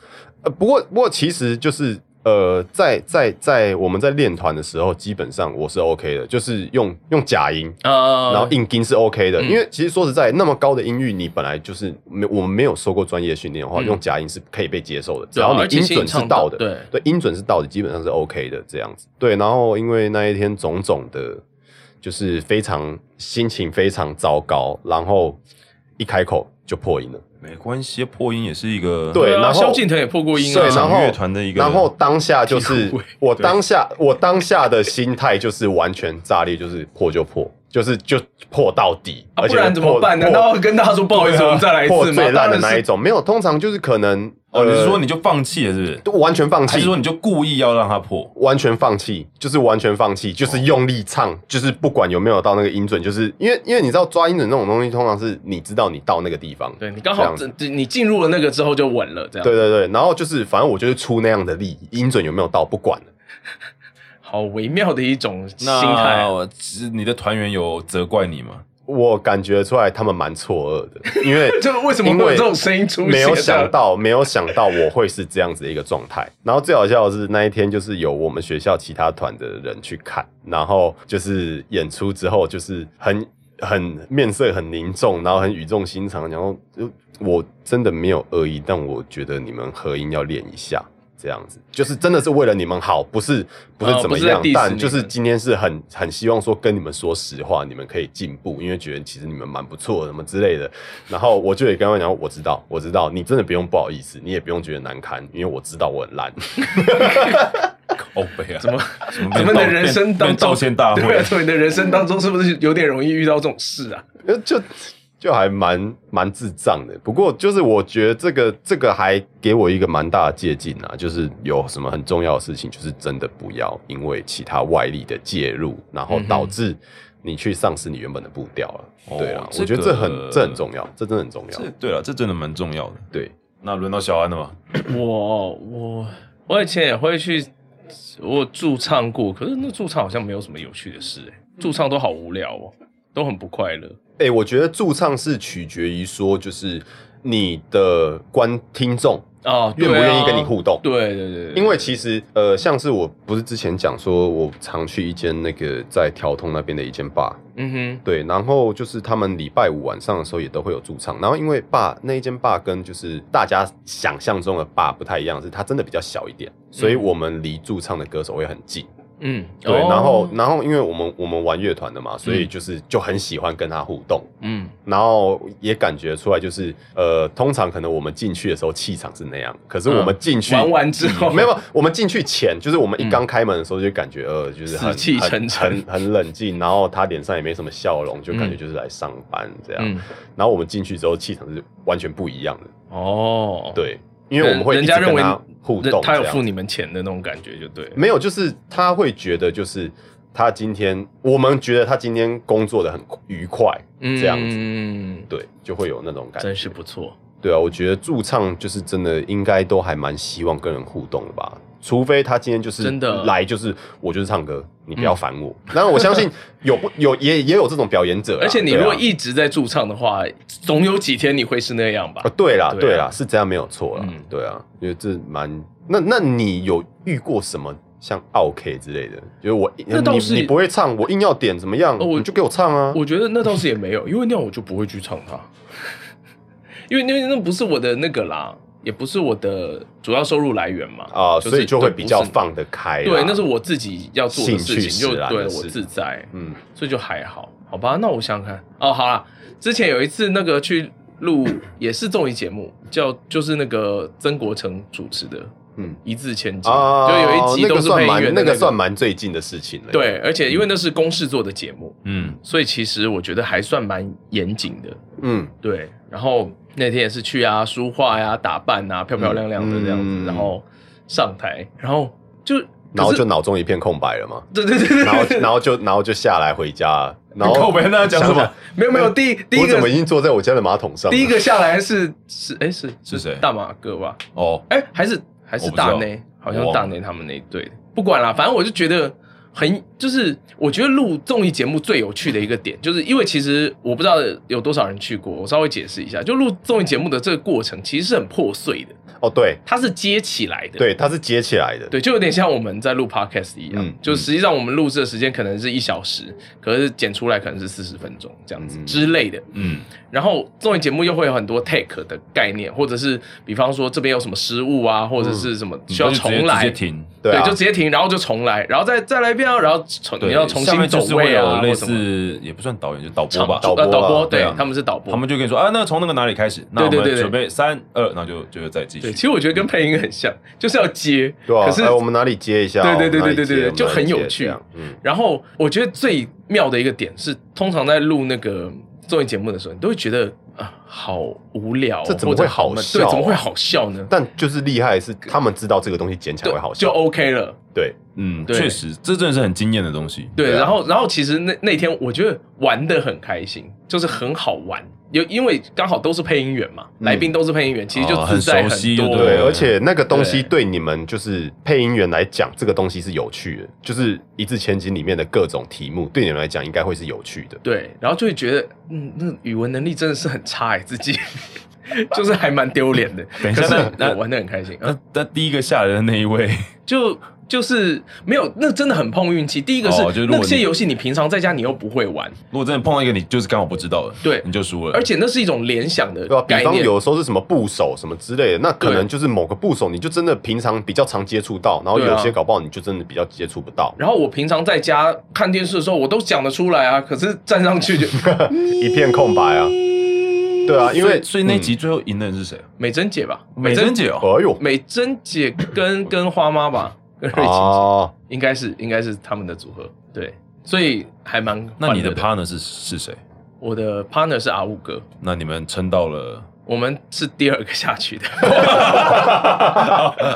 [SPEAKER 3] 呃，不过，不过，其实就是呃，在在在我们在练团的时候，基本上我是 OK 的，就是用用假音，
[SPEAKER 2] 啊，
[SPEAKER 3] 呃然后硬筋是 OK 的，
[SPEAKER 2] 嗯
[SPEAKER 3] 因为其实说实在，那么高的音域，你本来就是没我们没有受过专业训练的话，
[SPEAKER 2] 嗯
[SPEAKER 3] 用假音是可以被接受的，只
[SPEAKER 2] 对啊
[SPEAKER 3] 要你
[SPEAKER 2] 而且
[SPEAKER 3] 音
[SPEAKER 2] 其实
[SPEAKER 3] 准
[SPEAKER 2] 你
[SPEAKER 3] 是
[SPEAKER 2] 唱
[SPEAKER 3] 到
[SPEAKER 2] 到
[SPEAKER 3] 的，
[SPEAKER 2] 对
[SPEAKER 3] 对，音准是到的，基本上是 OK 的这样子。对，然后因为那一天种种的，就是非常心情非常糟糕，然后一开口就破音了，
[SPEAKER 1] 没关系，破音也是一个
[SPEAKER 3] 对
[SPEAKER 2] 对啊
[SPEAKER 3] 然后
[SPEAKER 2] 萧敬腾也破过音
[SPEAKER 3] 对，
[SPEAKER 2] 啊。
[SPEAKER 3] 然后
[SPEAKER 1] 乐团的一个
[SPEAKER 3] 然后当下就是
[SPEAKER 2] 体会
[SPEAKER 3] 我当下我当下的心态就是完全炸裂，就是破就破。就是就破到底，
[SPEAKER 2] 啊
[SPEAKER 3] 而
[SPEAKER 2] 不
[SPEAKER 3] 且
[SPEAKER 2] 然怎么
[SPEAKER 3] 破
[SPEAKER 2] 办？难
[SPEAKER 3] 破啊
[SPEAKER 2] 道要跟大家说不好意思，我们再来一
[SPEAKER 3] 破
[SPEAKER 2] 次吗？
[SPEAKER 3] 最烂
[SPEAKER 2] 当
[SPEAKER 3] 的
[SPEAKER 2] 然
[SPEAKER 3] 那
[SPEAKER 2] 是
[SPEAKER 3] 一种，没有，通常就是可能
[SPEAKER 1] 哦，你是说
[SPEAKER 3] 呃
[SPEAKER 1] 你就放弃了，是不是？
[SPEAKER 3] 都完全放
[SPEAKER 1] 还
[SPEAKER 3] 弃
[SPEAKER 1] 是？说你就故意要让它破？
[SPEAKER 3] 完全放弃，就是完全放弃，就是用力唱，就是不管有没有到那个音准，就是因为因为你知道抓音准那种东西，通常是你知道你到那个地方，
[SPEAKER 2] 对你刚
[SPEAKER 3] 这
[SPEAKER 2] 好
[SPEAKER 3] 样子
[SPEAKER 2] 这你进入了那个之后就稳了，这样
[SPEAKER 3] 对对对，然后就是反正我就是出那样的力，音准有没有到不管了，
[SPEAKER 2] 好微妙的一种心态
[SPEAKER 1] 那。我只你的团员有责怪你 吗？
[SPEAKER 3] 我感觉出来他们蛮错愕的，因为
[SPEAKER 2] 这为什么会有这种声音出现？啊
[SPEAKER 3] 没有想，到，没有想到我会是这样子的一个状态。然后最好笑的是那一天，就是有我们学校其他团的人去看，然后就是演出之后，就是很很面色很凝重，然后很语重心长，然后就我真的没有恶意，但我觉得你们合音要练一下。这样子就是真的是为了你们好，不是不是
[SPEAKER 2] 哦
[SPEAKER 3] 怎么
[SPEAKER 2] 不是在
[SPEAKER 3] 样，
[SPEAKER 2] diss
[SPEAKER 3] 但
[SPEAKER 2] 你
[SPEAKER 3] 就是
[SPEAKER 2] 们
[SPEAKER 3] 今天是很很希望说跟你们说实话，你们可以进步，因为觉得其实你们蛮不错的什么之类的。然后我就也跟他们讲，我知道，我知道，你真的不用不好意思，你也不用觉得难堪，因为我知道我很烂。
[SPEAKER 1] 哦，北啊，
[SPEAKER 2] 怎么
[SPEAKER 1] 怎么变
[SPEAKER 2] 怎么你的
[SPEAKER 1] 道
[SPEAKER 2] 人
[SPEAKER 1] 变
[SPEAKER 2] 生当
[SPEAKER 1] 变
[SPEAKER 2] 中
[SPEAKER 1] 道歉大
[SPEAKER 2] 对
[SPEAKER 1] 会
[SPEAKER 2] 啊？对你的人生当中是不是有点容易遇到这种事啊？
[SPEAKER 3] 呃就就还蛮蛮智障的。不过就是我觉得这个这个还给我一个蛮大的借鉴啊，就是有什么很重要的事情，就是真的不要因为其他外力的介入，然后
[SPEAKER 2] 嗯哼
[SPEAKER 3] 导致你去丧失你原本的步调了。
[SPEAKER 1] 哦
[SPEAKER 3] 对啊，
[SPEAKER 1] 这个
[SPEAKER 3] 我觉得这很这很重要，这真的很重要
[SPEAKER 1] 这。对了，啊这真的蛮重要的。
[SPEAKER 3] 对，
[SPEAKER 1] 那轮到小安了吗？
[SPEAKER 2] 我我我以前也会去，我驻唱过，可是那驻唱好像没有什么有趣的事、欸，驻唱都好无聊哦，都很不快乐。
[SPEAKER 3] 哎、我觉得驻唱是取决于说就是你的观听众
[SPEAKER 2] 哦，
[SPEAKER 3] 愿不
[SPEAKER 2] 对啊
[SPEAKER 3] 愿意跟你互动。
[SPEAKER 2] 对对对对，
[SPEAKER 3] 因为其实呃，像是我不是之前讲说，我常去一间那个在调通那边的一间吧，
[SPEAKER 2] 嗯哼，
[SPEAKER 3] 对，然后就是他们礼拜五晚上的时候也都会有驻唱，然后因为吧那一间吧跟就是大家想象中的吧不太一样，是它真的比较小一点，所以我们离驻唱的歌手会很近。
[SPEAKER 2] 嗯，
[SPEAKER 3] 对，
[SPEAKER 2] 哦
[SPEAKER 3] 然后然后因为我们我们玩乐团的嘛，所以就是就很喜欢跟他互动，
[SPEAKER 2] 嗯
[SPEAKER 3] 然后也感觉出来就是呃，通常可能我们进去的时候气场是那样，可是我们进去、
[SPEAKER 2] 嗯玩完之后
[SPEAKER 3] 嗯
[SPEAKER 2] 嗯
[SPEAKER 3] 没有，没有我们进去前就是我们一刚开门的时候就感觉呃，就是很
[SPEAKER 2] 死气
[SPEAKER 3] 很
[SPEAKER 2] 沉沉
[SPEAKER 3] 很很冷静，然后他脸上也没什么笑容，就感觉就是来上班这样。
[SPEAKER 2] 嗯
[SPEAKER 3] 然后我们进去之后气场是完全不一样的，
[SPEAKER 2] 哦，
[SPEAKER 3] 对，因为我们会
[SPEAKER 2] 人
[SPEAKER 3] 一直
[SPEAKER 2] 家认
[SPEAKER 3] 跟
[SPEAKER 2] 为
[SPEAKER 3] 他互
[SPEAKER 2] 人
[SPEAKER 3] 动，
[SPEAKER 2] 他有
[SPEAKER 3] 这样
[SPEAKER 2] 付你们钱的那种感觉就对了，
[SPEAKER 3] 没有，就是他会觉得就是他今天，我们觉得他今天工作的很愉快，这样子，
[SPEAKER 2] 嗯，
[SPEAKER 3] 对，就会有那种感觉。
[SPEAKER 2] 真是不错，
[SPEAKER 3] 对啊，我觉得驻唱就是真的应该都还蛮希望跟人互动的吧，除非他今天就是
[SPEAKER 2] 真的嗯
[SPEAKER 3] 来就是我就是唱歌，你不要烦我。然后我相信有不有也也有这种表演者啦，
[SPEAKER 2] 而且你如果
[SPEAKER 3] 对啊
[SPEAKER 2] 一直在驻唱的话，总有几天你会是那样吧
[SPEAKER 3] 啊，？对啦，
[SPEAKER 2] 对啊
[SPEAKER 3] 对啦，是这样没有错啦
[SPEAKER 2] 嗯。
[SPEAKER 3] 对啊，因为这蛮那那你有遇过什么像 OK 之类的？就是我
[SPEAKER 2] 那倒是
[SPEAKER 3] 你你不会唱，我硬要点怎么样？
[SPEAKER 2] 哦我
[SPEAKER 3] 你就给我唱啊！
[SPEAKER 2] 我觉得那倒是也没有，因为那样我就不会去唱它， 因为因为那不是我的那个啦，也不是我的主要收入来源嘛，
[SPEAKER 3] 啊，
[SPEAKER 2] 是
[SPEAKER 3] 所以就会比较
[SPEAKER 2] 对不是
[SPEAKER 3] 放得开啦。
[SPEAKER 2] 对，那是我自己要做的事
[SPEAKER 3] 兴趣
[SPEAKER 2] 情，
[SPEAKER 3] 使
[SPEAKER 2] 就
[SPEAKER 3] 然
[SPEAKER 2] 对
[SPEAKER 3] 的事
[SPEAKER 2] 我自在，
[SPEAKER 3] 嗯
[SPEAKER 2] 所以就还好，好吧？那我想想看，哦，好啦，之前有一次那个去录也是综艺节目， 叫就是那个曾国成主持的《
[SPEAKER 3] 嗯
[SPEAKER 2] 一字千金》
[SPEAKER 3] 啊，
[SPEAKER 2] 就有一集
[SPEAKER 3] 那
[SPEAKER 2] 都
[SPEAKER 3] 个
[SPEAKER 2] 是
[SPEAKER 3] 算
[SPEAKER 2] 配音
[SPEAKER 3] 蛮
[SPEAKER 2] 员的
[SPEAKER 3] 那
[SPEAKER 2] 那
[SPEAKER 3] 个算蛮嗯最近的事情了。
[SPEAKER 2] 对，而且因为那是公视做的节目，
[SPEAKER 1] 嗯，
[SPEAKER 2] 所以其实我觉得还算蛮严谨的。
[SPEAKER 3] 嗯，
[SPEAKER 2] 对，然后那天也是去啊，梳化呀、打扮啊，漂漂亮亮的这样子，
[SPEAKER 3] 嗯嗯
[SPEAKER 2] 然后上台，然后就，
[SPEAKER 3] 然后
[SPEAKER 2] 可是
[SPEAKER 3] 就脑中一片空白 了嘛，
[SPEAKER 2] 对对对对，
[SPEAKER 3] 然后然后就然后就下来回家，然后
[SPEAKER 1] 靠北那讲什么
[SPEAKER 3] 想想
[SPEAKER 2] 没有没有，第一第一
[SPEAKER 3] 我怎么啊
[SPEAKER 2] 个
[SPEAKER 3] 已经坐在我家的马桶上了？
[SPEAKER 2] 第一个下来是是哎是
[SPEAKER 1] 是谁
[SPEAKER 2] 大马哥吧？
[SPEAKER 1] 哦，
[SPEAKER 2] 哎，还是还是
[SPEAKER 1] 我不知道
[SPEAKER 2] 大内，好像
[SPEAKER 1] 我忘了
[SPEAKER 2] 大内他们那一队的，不管啦，反正我就觉得很，就是我觉得录综艺节目最有趣的一个点，就是因为其实我不知道有多少人去过，我稍微解释一下，就录综艺节目的这个过程其实是很破碎的，
[SPEAKER 3] 哦，对
[SPEAKER 2] 它是接起来的，
[SPEAKER 3] 对，它是接起来的，
[SPEAKER 2] 对，就有点像我们在录 podcast 一样，
[SPEAKER 3] 嗯
[SPEAKER 2] 就实际上我们录制的时间可能是一小时，可是剪出来可能是四十分钟这样子
[SPEAKER 3] 嗯
[SPEAKER 2] 之类的。
[SPEAKER 1] 嗯
[SPEAKER 2] 然后综艺节目又会有很多 take 的概念，或者是比方说这边有什么失误啊，或者是什么需要
[SPEAKER 1] 就直接
[SPEAKER 2] 重来，
[SPEAKER 1] 直接停。
[SPEAKER 3] 对啊
[SPEAKER 2] 就直接停，然后就重来，然后再再来一遍啊，然后重你要重
[SPEAKER 1] 下
[SPEAKER 2] 新
[SPEAKER 1] 面
[SPEAKER 2] 走
[SPEAKER 1] 就是会
[SPEAKER 2] 位啊，
[SPEAKER 1] 有类
[SPEAKER 2] 或什么
[SPEAKER 1] 似也不算导演，就导播
[SPEAKER 2] 场
[SPEAKER 1] 吧，
[SPEAKER 3] 导播
[SPEAKER 2] 呃导播
[SPEAKER 3] 啊
[SPEAKER 2] 对
[SPEAKER 1] 对啊
[SPEAKER 2] 他们是导播，
[SPEAKER 1] 他们就跟你说啊，那从那个哪里开始？那我
[SPEAKER 2] 对对对
[SPEAKER 1] 们
[SPEAKER 2] 对
[SPEAKER 1] 准备三二，那就就再继
[SPEAKER 2] 对，其
[SPEAKER 1] 续。
[SPEAKER 2] 实我觉得跟配音很像，就是要接，
[SPEAKER 3] 对啊，
[SPEAKER 2] 可是
[SPEAKER 3] 哎我们哪里接一下哦？
[SPEAKER 2] 对对对
[SPEAKER 3] 我们哪
[SPEAKER 2] 对
[SPEAKER 3] 里
[SPEAKER 2] 对对
[SPEAKER 3] 接
[SPEAKER 2] 对就很有趣
[SPEAKER 3] 我们哪里接这样嗯，
[SPEAKER 2] 然后我觉得最妙的一个点是，通常在录那个综艺节目的时候，你都会觉得啊，好无聊哦，
[SPEAKER 3] 这怎么
[SPEAKER 2] 或者
[SPEAKER 3] 会好
[SPEAKER 2] 闷
[SPEAKER 3] 笑
[SPEAKER 2] 对，
[SPEAKER 3] 啊
[SPEAKER 2] 怎么会好笑呢？
[SPEAKER 3] 但就是厉害的是他们知道这个东西捡起来会好
[SPEAKER 2] 就
[SPEAKER 3] 笑，啊
[SPEAKER 2] OK 了。
[SPEAKER 3] 对，
[SPEAKER 1] 嗯，
[SPEAKER 2] 对
[SPEAKER 1] 确实，这真的是很惊艳的东西。
[SPEAKER 2] 对，
[SPEAKER 3] 对啊
[SPEAKER 2] 然后然后其实那那天我觉得玩的很开心，就是很好玩，有因为刚好都是配音员嘛，
[SPEAKER 3] 嗯
[SPEAKER 2] 来宾都是配音员，其实就
[SPEAKER 1] 哦
[SPEAKER 2] 自在
[SPEAKER 1] 很熟悉
[SPEAKER 2] 多。
[SPEAKER 1] 就
[SPEAKER 3] 对，
[SPEAKER 1] 对
[SPEAKER 3] 而且那个东西
[SPEAKER 2] 对
[SPEAKER 3] 对你们就是配音员来讲，这个东西是有趣的，就是《一字千金》里面的各种题目，对你们来讲应该会是有趣的。
[SPEAKER 2] 对，然后就会觉得，嗯，那语文能力真的是很差哎、自己 就是还蛮丢脸的。
[SPEAKER 1] 等一下
[SPEAKER 2] 可是
[SPEAKER 1] 那那
[SPEAKER 2] 我玩的很开心。
[SPEAKER 1] 那那第一个下来的那一位，
[SPEAKER 2] 就就是没有，那真的很碰运气。第一个是、
[SPEAKER 1] 哦就是如果
[SPEAKER 2] 那
[SPEAKER 1] 你
[SPEAKER 2] 些游戏你平常在家你又不会玩，
[SPEAKER 1] 如果真的碰到一个你就是刚好不知道的，
[SPEAKER 2] 对
[SPEAKER 1] 你就输了。
[SPEAKER 2] 而且那是一种联想的
[SPEAKER 1] 啊
[SPEAKER 3] 对吧、
[SPEAKER 2] 概
[SPEAKER 3] 比方
[SPEAKER 2] 念。
[SPEAKER 3] 有时候是什么部首什么之类的，那可
[SPEAKER 2] 对
[SPEAKER 3] 能就是某个部首，你就真的平常比较常接触到，然后
[SPEAKER 2] 对啊
[SPEAKER 3] 有些搞不好你就真的比较接触不 到，
[SPEAKER 2] 然后我平常在家看电视的时候，我都讲得出来啊，可是站上去就
[SPEAKER 3] 一片空白啊。对啊，因
[SPEAKER 1] 所
[SPEAKER 3] 为
[SPEAKER 1] 以所以
[SPEAKER 2] 嗯
[SPEAKER 1] 那集最后赢的人是谁？
[SPEAKER 2] 美珍姐吧，
[SPEAKER 1] 美珍，姐哦，
[SPEAKER 3] 哎呦，
[SPEAKER 2] 美珍姐跟跟花妈 吧，跟瑞琪姐、
[SPEAKER 3] 哦，
[SPEAKER 2] 应该是应该是他们的组合，对，所以还蛮欢乐
[SPEAKER 1] 那你的
[SPEAKER 2] 的
[SPEAKER 1] partner 是是谁？
[SPEAKER 2] 我的 partner 是阿五哥，
[SPEAKER 1] 那你们撑到 了？
[SPEAKER 2] 我们是第二个下 去的。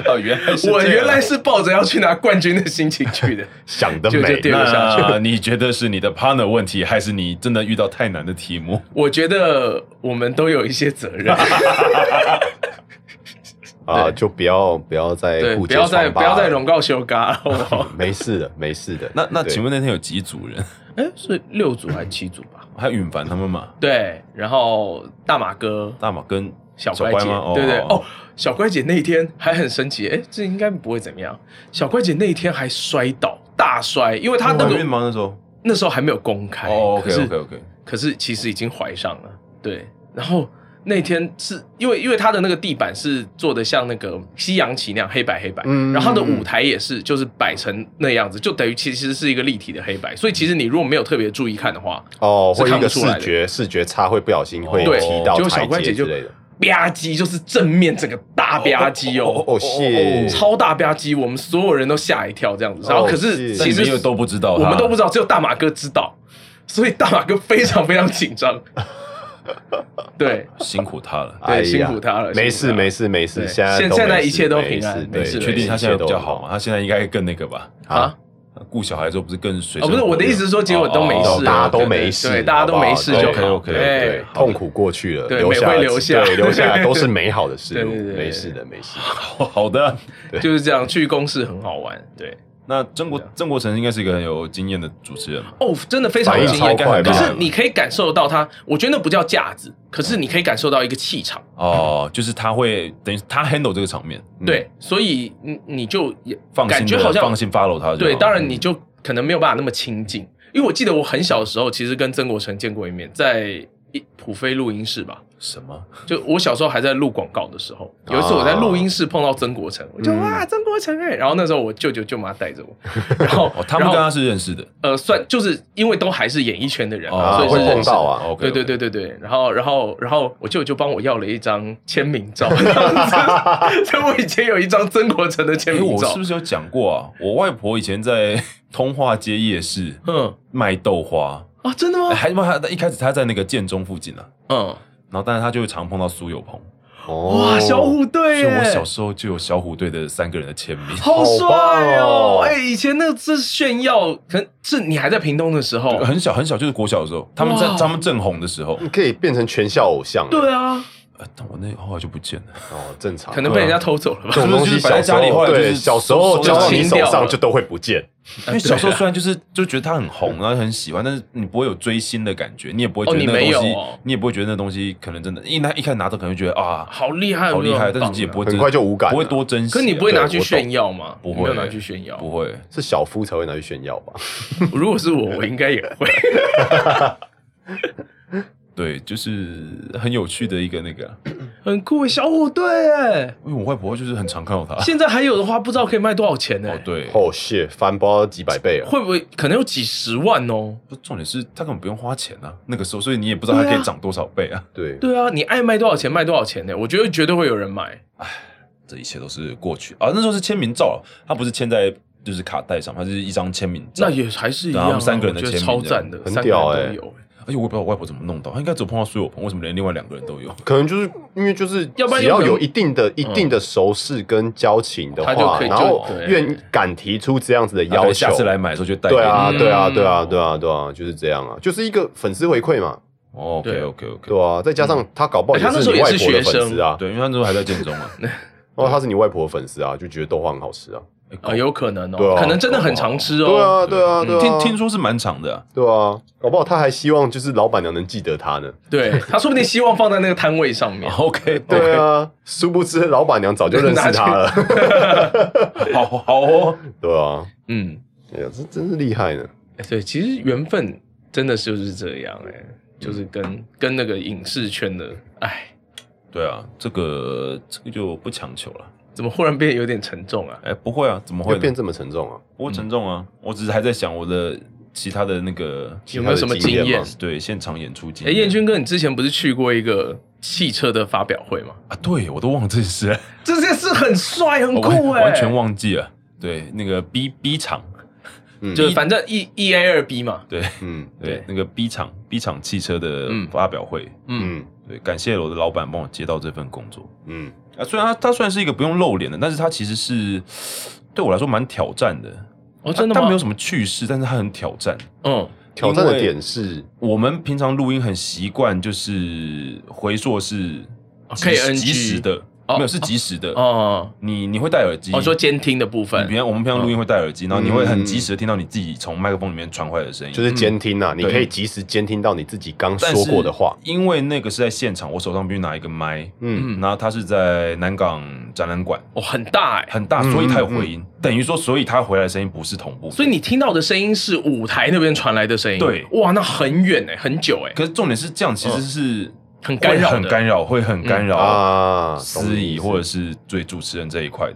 [SPEAKER 1] 哦，原来
[SPEAKER 2] 我原来是抱着要去拿冠军的心情 去的，
[SPEAKER 3] 想得
[SPEAKER 2] 就就
[SPEAKER 3] 美，
[SPEAKER 2] 第二个下去
[SPEAKER 1] 那你觉得是你的 partner 问题，还是你真的遇到太难的题 目？
[SPEAKER 2] 我觉得我们都有一些责 任，
[SPEAKER 1] 哎
[SPEAKER 3] 啊，
[SPEAKER 2] 对
[SPEAKER 3] 就不要不要再
[SPEAKER 2] 对，
[SPEAKER 3] 互
[SPEAKER 2] 不
[SPEAKER 3] 揭
[SPEAKER 2] 要再
[SPEAKER 3] 疮疤
[SPEAKER 2] 不要再
[SPEAKER 3] 了
[SPEAKER 2] 荣告休嘎了，好不 好？
[SPEAKER 3] 没事的，没事的。
[SPEAKER 1] 那那
[SPEAKER 3] 对
[SPEAKER 1] 请问那天有几组人？
[SPEAKER 2] 哎，是六组还是七组吧？
[SPEAKER 1] 还有允凡他们嘛？
[SPEAKER 2] 对，然后大马哥、
[SPEAKER 1] 大马跟
[SPEAKER 2] 小
[SPEAKER 1] 乖
[SPEAKER 2] 乖姐，
[SPEAKER 1] 吗？
[SPEAKER 2] 对对哦，，小乖姐那一天还很神奇，哎，这应该不会怎么样。小乖姐那一天还摔倒，大摔，因为她那
[SPEAKER 1] 哦怀
[SPEAKER 2] 个
[SPEAKER 1] 孕吗？那时候？
[SPEAKER 2] 那时候还没有公开，
[SPEAKER 1] 哦
[SPEAKER 2] 可是
[SPEAKER 1] ，OK OK OK，
[SPEAKER 2] 可是其实已经怀上了，对，然后那天是因为因为他的那个地板是做的像那个西洋棋那样黑白黑白，
[SPEAKER 3] 嗯
[SPEAKER 2] 然后他的
[SPEAKER 3] 嗯嗯
[SPEAKER 2] 舞台也是就是摆成那样子，就等于其实是一个立体的黑白，所以其实你如果没有特别注意看的话，
[SPEAKER 3] 哦，
[SPEAKER 2] 是
[SPEAKER 3] 会有
[SPEAKER 2] 看不
[SPEAKER 3] 一个
[SPEAKER 2] 出
[SPEAKER 3] 视
[SPEAKER 2] 来的哦
[SPEAKER 3] 觉视觉差，会不小心会
[SPEAKER 2] 对
[SPEAKER 3] 踢到
[SPEAKER 2] 结果小
[SPEAKER 3] 台
[SPEAKER 2] 关节
[SPEAKER 3] 阶
[SPEAKER 2] 就
[SPEAKER 3] 之类的。
[SPEAKER 2] 吧唧就是正面整个大吧唧哦。
[SPEAKER 3] 哦，谢，
[SPEAKER 2] 超大吧唧，我们所有人都吓一跳这样子。然后可是
[SPEAKER 3] 哦
[SPEAKER 1] 但
[SPEAKER 2] 其
[SPEAKER 1] 你们
[SPEAKER 2] 实
[SPEAKER 1] 又都不知道
[SPEAKER 2] 我
[SPEAKER 1] 他，
[SPEAKER 2] 们都不知道，只有大马哥知道，所以大马哥非常非常紧 张。对，
[SPEAKER 1] 辛苦他了。
[SPEAKER 3] 哎呀
[SPEAKER 2] 辛苦他了
[SPEAKER 3] 没
[SPEAKER 2] 辛苦他
[SPEAKER 3] 事
[SPEAKER 2] 了
[SPEAKER 3] 没事没事，
[SPEAKER 2] 对
[SPEAKER 3] 现在
[SPEAKER 2] 现
[SPEAKER 3] 都
[SPEAKER 2] 现在
[SPEAKER 3] 没事
[SPEAKER 2] 一切都
[SPEAKER 3] 没
[SPEAKER 2] 平安
[SPEAKER 3] 事
[SPEAKER 2] 没
[SPEAKER 3] 对
[SPEAKER 2] 事
[SPEAKER 1] 你
[SPEAKER 2] 没
[SPEAKER 1] 确定他现在比较好
[SPEAKER 3] 一
[SPEAKER 1] 吗？他现在应该更那个吧？
[SPEAKER 3] 切都
[SPEAKER 2] 啊
[SPEAKER 3] 啊？
[SPEAKER 1] 顾小孩之后不是更水
[SPEAKER 2] 哦，
[SPEAKER 1] 深
[SPEAKER 2] 不
[SPEAKER 1] 火热？
[SPEAKER 2] 是我的意思是说，结果都没
[SPEAKER 1] 哦
[SPEAKER 2] 事，啊
[SPEAKER 1] 哦
[SPEAKER 3] 大家
[SPEAKER 2] 对
[SPEAKER 3] 都
[SPEAKER 2] 对
[SPEAKER 3] 没事
[SPEAKER 2] 对，大家都没事
[SPEAKER 3] 好不
[SPEAKER 2] 就
[SPEAKER 3] 好
[SPEAKER 2] 好。
[SPEAKER 1] OK，OK，OK，
[SPEAKER 2] 哎
[SPEAKER 3] 对，痛苦过去了，
[SPEAKER 2] 对
[SPEAKER 3] 留下
[SPEAKER 2] 美会留下
[SPEAKER 3] 对，留下来都是美好的事 物
[SPEAKER 2] 对对对，对
[SPEAKER 3] 没事的，没事的。
[SPEAKER 1] 好的。
[SPEAKER 2] 就是这样，去公司很好玩。对，
[SPEAKER 1] 那曾国曾国成应该是一个很有经验的主持人嘛？
[SPEAKER 2] 哦，真的非常
[SPEAKER 3] 反
[SPEAKER 2] 有
[SPEAKER 3] 应
[SPEAKER 2] 经
[SPEAKER 3] 超
[SPEAKER 2] 验。
[SPEAKER 3] 快
[SPEAKER 2] 可
[SPEAKER 3] 吧
[SPEAKER 2] 是你可以感受到他，我觉得那不叫架子，可是你可以感受到一个气场。
[SPEAKER 1] 哦，就是他会等于他 handle 这个场面，
[SPEAKER 3] 嗯
[SPEAKER 2] 对，所以你你就也
[SPEAKER 1] 放心
[SPEAKER 2] 感觉
[SPEAKER 1] 地
[SPEAKER 2] 好像
[SPEAKER 1] 放心 follow 他就好。嗯
[SPEAKER 2] 对，当然你就可能没有办法那么亲近，因为我记得我很小的时候，其实跟曾国成见过一面，在一普飞录音室吧，
[SPEAKER 1] 什么？
[SPEAKER 2] 就我小时候还在录广告的时候，有一次我在录音室碰到曾国成，我
[SPEAKER 1] 哦
[SPEAKER 2] 就
[SPEAKER 3] 嗯
[SPEAKER 2] 哇曾国成哎、然后那时候我舅舅舅妈带着我，然后
[SPEAKER 1] 哦，他们
[SPEAKER 2] 然后
[SPEAKER 1] 跟他是认识的，
[SPEAKER 2] 呃算就是因为都还是演艺圈的人
[SPEAKER 1] 哦
[SPEAKER 2] 嘛，所以
[SPEAKER 3] 会
[SPEAKER 2] 是认
[SPEAKER 3] 碰
[SPEAKER 2] 识
[SPEAKER 3] 到
[SPEAKER 2] 的。
[SPEAKER 3] 啊
[SPEAKER 1] ，OK，
[SPEAKER 2] 对对对对对，然后然后然后我舅舅帮我要了一张签 名照，这样子所以我以前有一张曾国成的签
[SPEAKER 1] 哎，
[SPEAKER 2] 名
[SPEAKER 1] 我
[SPEAKER 2] 照，
[SPEAKER 1] 是不是有讲过啊？我外婆以前在通化街夜市
[SPEAKER 2] 嗯
[SPEAKER 1] 卖豆花，
[SPEAKER 2] 啊真的吗
[SPEAKER 1] 哎？还不还一开始她在那个建中附近啊，
[SPEAKER 2] 嗯，
[SPEAKER 1] 然后但是她就常碰到苏有朋，
[SPEAKER 3] 哦
[SPEAKER 2] 哇小虎队
[SPEAKER 1] 所以
[SPEAKER 2] 耶，
[SPEAKER 1] 我小时候就有小虎队的三个人的签名。
[SPEAKER 2] 好帅
[SPEAKER 3] 好棒
[SPEAKER 2] 哦！
[SPEAKER 3] 哦
[SPEAKER 2] 哎、以前那个是炫耀，可能是你还在屏东的时候。
[SPEAKER 1] 很小很小，就是国小的时候，他们在
[SPEAKER 2] 哇
[SPEAKER 1] 他们正红的时候，
[SPEAKER 3] 你可以变成全校偶像，
[SPEAKER 2] 对啊，
[SPEAKER 1] 呃但我那后来就不见 了。
[SPEAKER 3] 哦，正常，
[SPEAKER 2] 可能被人家偷走了
[SPEAKER 1] 啊
[SPEAKER 3] 这
[SPEAKER 2] 吧？
[SPEAKER 3] 种东
[SPEAKER 1] 是
[SPEAKER 3] 西
[SPEAKER 1] 不是就是摆在家里后来就是
[SPEAKER 3] 对小时候
[SPEAKER 1] 收
[SPEAKER 3] 交到
[SPEAKER 2] 就
[SPEAKER 3] 你
[SPEAKER 2] 清
[SPEAKER 3] 手
[SPEAKER 2] 掉了
[SPEAKER 3] 上就都会不见，
[SPEAKER 1] 因为小时候虽然就是就觉得他很红，然后很喜欢，但是你不会有追星的感觉，你也不会觉
[SPEAKER 2] 哦
[SPEAKER 1] 得
[SPEAKER 2] 你
[SPEAKER 1] 那个
[SPEAKER 2] 没
[SPEAKER 1] 东
[SPEAKER 2] 有
[SPEAKER 1] 西，
[SPEAKER 2] 哦
[SPEAKER 1] 你也不会觉得那东西可能真的，因为他一开始拿到可能会觉得啊
[SPEAKER 2] 好厉害，
[SPEAKER 1] 好厉害，
[SPEAKER 2] 有没有
[SPEAKER 1] 但是自己也不会
[SPEAKER 2] 很
[SPEAKER 1] 真
[SPEAKER 3] 很
[SPEAKER 1] 的
[SPEAKER 3] 快就无感了
[SPEAKER 1] 不会多珍惜啊。
[SPEAKER 2] 棒可你不会拿去
[SPEAKER 3] 对我懂
[SPEAKER 2] 炫耀吗？
[SPEAKER 1] 不
[SPEAKER 2] 你没
[SPEAKER 1] 会
[SPEAKER 2] 有拿去炫耀。
[SPEAKER 1] 不会，
[SPEAKER 3] 是小夫才会拿去炫耀吧？
[SPEAKER 2] 如果是我，我应该也会。
[SPEAKER 1] 对，就是很有趣的一个那个啊，
[SPEAKER 2] 很酷，小虎队哎，
[SPEAKER 1] 因为我外婆就是很常看到他。
[SPEAKER 2] 现在还有的话，不知道可以卖多少钱呢、
[SPEAKER 1] 哦，对，
[SPEAKER 3] 哦，谢翻包几百倍啊！
[SPEAKER 2] 会不会可能有几十万哦？
[SPEAKER 1] 不重点是他根本不用花钱啊，那个时候，所以你也不知道他
[SPEAKER 2] 对啊
[SPEAKER 1] 可以涨多少倍啊。
[SPEAKER 3] 对，
[SPEAKER 2] 对啊，你爱卖多少钱卖多少钱呢、我觉得绝对会有人买。
[SPEAKER 1] 这一切都是过去啊，那时候是签名照，他不是签在就是卡带上，他是一张签名照。
[SPEAKER 2] 那也还是一
[SPEAKER 1] 然后
[SPEAKER 2] 样、
[SPEAKER 1] 他们
[SPEAKER 2] 啊，
[SPEAKER 1] 三个人的
[SPEAKER 2] 我觉得
[SPEAKER 1] 签名
[SPEAKER 2] 超赞的，
[SPEAKER 3] 很
[SPEAKER 2] 三个
[SPEAKER 3] 屌
[SPEAKER 2] 人
[SPEAKER 3] 哎
[SPEAKER 2] 都有、哎
[SPEAKER 1] 而且我也不知道我外婆怎么弄到，她应该只有碰到苏有朋，为什么连另外两个人都有？
[SPEAKER 3] 可能就是因为就是
[SPEAKER 2] 要不然
[SPEAKER 3] 只
[SPEAKER 2] 有
[SPEAKER 3] 要
[SPEAKER 2] 可能嗯
[SPEAKER 3] 有一定的一定的熟识跟交情的
[SPEAKER 2] 他就
[SPEAKER 3] 话，
[SPEAKER 2] 可以就
[SPEAKER 3] 然后
[SPEAKER 2] 对
[SPEAKER 3] 愿敢提出这样子的
[SPEAKER 1] 然后
[SPEAKER 3] 要求
[SPEAKER 1] 下，次来买的时候就带给你。
[SPEAKER 3] 对啊，
[SPEAKER 2] 嗯
[SPEAKER 3] 对啊，对啊，对啊，对啊，就是这样啊，就是一个粉丝回馈嘛，
[SPEAKER 1] 哦，OK OK OK，
[SPEAKER 3] 对啊，再加上他搞不好
[SPEAKER 2] 哎他那
[SPEAKER 3] 也
[SPEAKER 2] 时
[SPEAKER 3] 是
[SPEAKER 2] 候
[SPEAKER 3] 你
[SPEAKER 2] 也
[SPEAKER 3] 外
[SPEAKER 2] 是
[SPEAKER 3] 婆的
[SPEAKER 2] 学生
[SPEAKER 3] 粉丝啊，
[SPEAKER 1] 对，因为他那时候还在建中啊，
[SPEAKER 3] 然后他是你外婆的粉丝啊，就觉得豆花很好吃啊，
[SPEAKER 1] 哎搞
[SPEAKER 2] 啊，有可能哦，
[SPEAKER 3] 对啊
[SPEAKER 2] 可能真的很常吃哦。
[SPEAKER 3] 对啊，对啊，对啊，
[SPEAKER 1] 听听说是蛮长的啊，
[SPEAKER 3] 对啊，搞不好他还希望就是老板娘能记得他呢。
[SPEAKER 2] 对他说不定希望放在那个摊位上面。
[SPEAKER 1] OK
[SPEAKER 3] 对啊，殊不知老板娘早就认识他了。
[SPEAKER 1] 好好哦，
[SPEAKER 3] 对啊，
[SPEAKER 2] 嗯，
[SPEAKER 3] 哎呀，这真是厉害呢。
[SPEAKER 2] 哎对，其实缘分真的就是这样哎、就是
[SPEAKER 1] 嗯
[SPEAKER 2] 跟跟那个影视圈的，哎，
[SPEAKER 1] 对啊，这个这个就不强求了。
[SPEAKER 2] 怎么忽然变得有点沉重啊？
[SPEAKER 1] 哎，不会啊，怎么
[SPEAKER 3] 会
[SPEAKER 1] 会
[SPEAKER 3] 变
[SPEAKER 1] 呢？
[SPEAKER 3] 这么沉重啊？
[SPEAKER 1] 不
[SPEAKER 2] 嗯
[SPEAKER 1] 会沉重啊，我只是还在想我的其他的那个
[SPEAKER 2] 有没有什么经
[SPEAKER 3] 其他的经
[SPEAKER 2] 验
[SPEAKER 3] 验吗？
[SPEAKER 1] 对现场演出经
[SPEAKER 2] 哎、
[SPEAKER 1] 验。
[SPEAKER 2] 彦军哥，你之前不是去过一个汽车的发表会吗？
[SPEAKER 1] 啊，对我都忘了这件事，
[SPEAKER 2] 这件事很帅 很
[SPEAKER 1] 我
[SPEAKER 2] 酷哎、
[SPEAKER 1] 完完全。忘记了。对，那个 B B 场，
[SPEAKER 3] 嗯，
[SPEAKER 2] 就是反正 E E A 二 B 嘛，
[SPEAKER 1] 对
[SPEAKER 3] 嗯
[SPEAKER 1] 对
[SPEAKER 2] 对，
[SPEAKER 1] 那个 B 场 B 场汽车的
[SPEAKER 2] 嗯
[SPEAKER 1] 发表会，
[SPEAKER 2] 嗯，
[SPEAKER 3] 嗯
[SPEAKER 1] 对，感谢我的老板帮我接到这份工作。
[SPEAKER 3] 嗯，
[SPEAKER 1] 啊，虽然他他虽然是一个不用露脸的，但是他其实是对我来说蛮挑战的。
[SPEAKER 2] 哦，真的
[SPEAKER 1] 他
[SPEAKER 2] 吗？
[SPEAKER 1] 啊没有什么趣事，但是他很挑战。
[SPEAKER 2] 嗯，
[SPEAKER 3] 挑战
[SPEAKER 1] 因
[SPEAKER 3] 的
[SPEAKER 1] 为
[SPEAKER 3] 点是
[SPEAKER 1] 我们平常录音很习惯，就是回溯是
[SPEAKER 2] 哦
[SPEAKER 1] 即
[SPEAKER 2] 可以 NG
[SPEAKER 1] 即时的，
[SPEAKER 2] 哦
[SPEAKER 1] 没有是即时的。
[SPEAKER 2] 哦，
[SPEAKER 1] 你你会戴耳机？
[SPEAKER 2] 我、说监听的部
[SPEAKER 1] 你
[SPEAKER 2] 分
[SPEAKER 1] 平，常我们平常录音会戴耳机，然后你会很
[SPEAKER 3] 嗯
[SPEAKER 1] 及时的听到你自己从麦克风里面传回来的声音。
[SPEAKER 3] 就是监听啊，
[SPEAKER 1] 嗯
[SPEAKER 3] 你
[SPEAKER 1] 对
[SPEAKER 3] 可以及时监听到你自己刚
[SPEAKER 1] 但
[SPEAKER 3] 说
[SPEAKER 1] 是
[SPEAKER 3] 过的话。
[SPEAKER 1] 因为那个是在现场，我手上必须拿一个麦，
[SPEAKER 3] 嗯，
[SPEAKER 2] 嗯
[SPEAKER 1] 然后它是在南港展览馆，
[SPEAKER 2] 哦，很大哎、
[SPEAKER 1] 很大，
[SPEAKER 3] 嗯
[SPEAKER 1] 所以它有回音，等于说，所以它回来的声音不是同步的。
[SPEAKER 2] 所以你听到的声音是舞台那边传来的声音，
[SPEAKER 1] 对
[SPEAKER 2] 哇，那很远哎、很久哎、
[SPEAKER 1] 可是重点是这样，其实是
[SPEAKER 2] 很干
[SPEAKER 1] 干
[SPEAKER 2] 扰
[SPEAKER 1] 扰，
[SPEAKER 2] 的，
[SPEAKER 1] 很干扰，会很干扰
[SPEAKER 3] 啊，懂
[SPEAKER 1] 嗯司
[SPEAKER 3] 你意
[SPEAKER 1] 仪
[SPEAKER 3] 思
[SPEAKER 1] 或者是对主持人这一块的，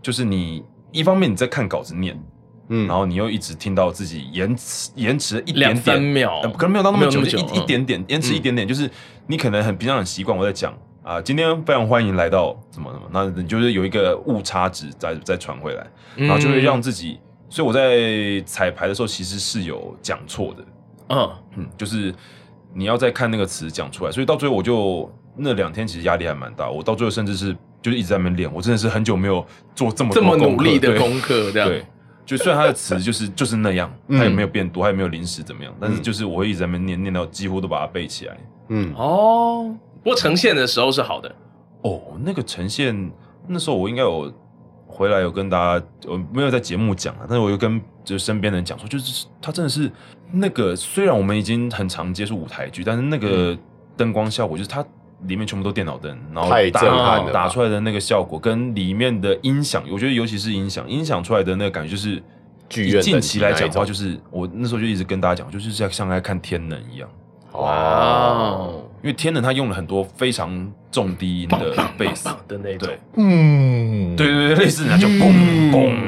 [SPEAKER 1] 就是你一方面你在看稿子念，
[SPEAKER 3] 嗯，
[SPEAKER 1] 然后你又一直听到自己延迟延迟了一点
[SPEAKER 2] 两三
[SPEAKER 1] 点，
[SPEAKER 2] 秒
[SPEAKER 1] 呃，可能没有到那么久，
[SPEAKER 2] 没有
[SPEAKER 1] 就
[SPEAKER 2] 那么久嗯
[SPEAKER 1] 一一点点延迟一点
[SPEAKER 3] 嗯
[SPEAKER 1] 点，就是你可能很平常很习惯我在讲啊，今天非常欢迎来到怎么怎么，那你就是有一个误差值再再传回来，
[SPEAKER 2] 嗯
[SPEAKER 1] 然后就会让自己，所以我在彩排的时候其实是有讲错的，
[SPEAKER 2] 嗯
[SPEAKER 1] 嗯，就是你要再看那个词讲出来，所以到最后我就那两天其实压力还蛮大，我到最后甚至是就是一直在那边练，我真的是很久没有做这么多
[SPEAKER 2] 这么
[SPEAKER 1] 功
[SPEAKER 2] 努
[SPEAKER 1] 课
[SPEAKER 2] 力的
[SPEAKER 1] 对
[SPEAKER 2] 功课，这样
[SPEAKER 1] 对，就虽然它的词就是 就是那样，
[SPEAKER 3] 嗯
[SPEAKER 1] 它也没有变多，它也没有临时怎么样，但是
[SPEAKER 3] 嗯
[SPEAKER 1] 就是我会一直在那边念念到几乎都把它背起来。
[SPEAKER 3] 嗯，
[SPEAKER 2] 哦。不过呈现的时候是好的，
[SPEAKER 1] 哦，那个呈现那时候我应该有回来有跟大家，我没有在节目讲啊，但是我又跟就身边的人讲说，就是他真的是那个，虽然我们已经很常接触舞台剧，但是那
[SPEAKER 3] 嗯
[SPEAKER 1] 个灯光效果就是它。里面全部都电脑灯，然后
[SPEAKER 3] 太
[SPEAKER 1] 打
[SPEAKER 3] 震
[SPEAKER 2] 撼了吧
[SPEAKER 1] 打出来的那个效果跟里面的音响，我觉得尤其是音响，音响出来的那个感觉就是，
[SPEAKER 3] 剧院等级
[SPEAKER 1] 近期来
[SPEAKER 3] 那
[SPEAKER 1] 讲
[SPEAKER 3] 一
[SPEAKER 1] 的话，就
[SPEAKER 3] 种
[SPEAKER 1] 是我那时候就一直跟大家讲，就是像像在看天能一样，
[SPEAKER 3] 哦，
[SPEAKER 1] 因为天能他用了很多非常重低音的贝斯，
[SPEAKER 2] 棒的那种
[SPEAKER 1] 对，
[SPEAKER 2] 嗯
[SPEAKER 3] 嗯，
[SPEAKER 1] 对对对，类似那就嘣嘣，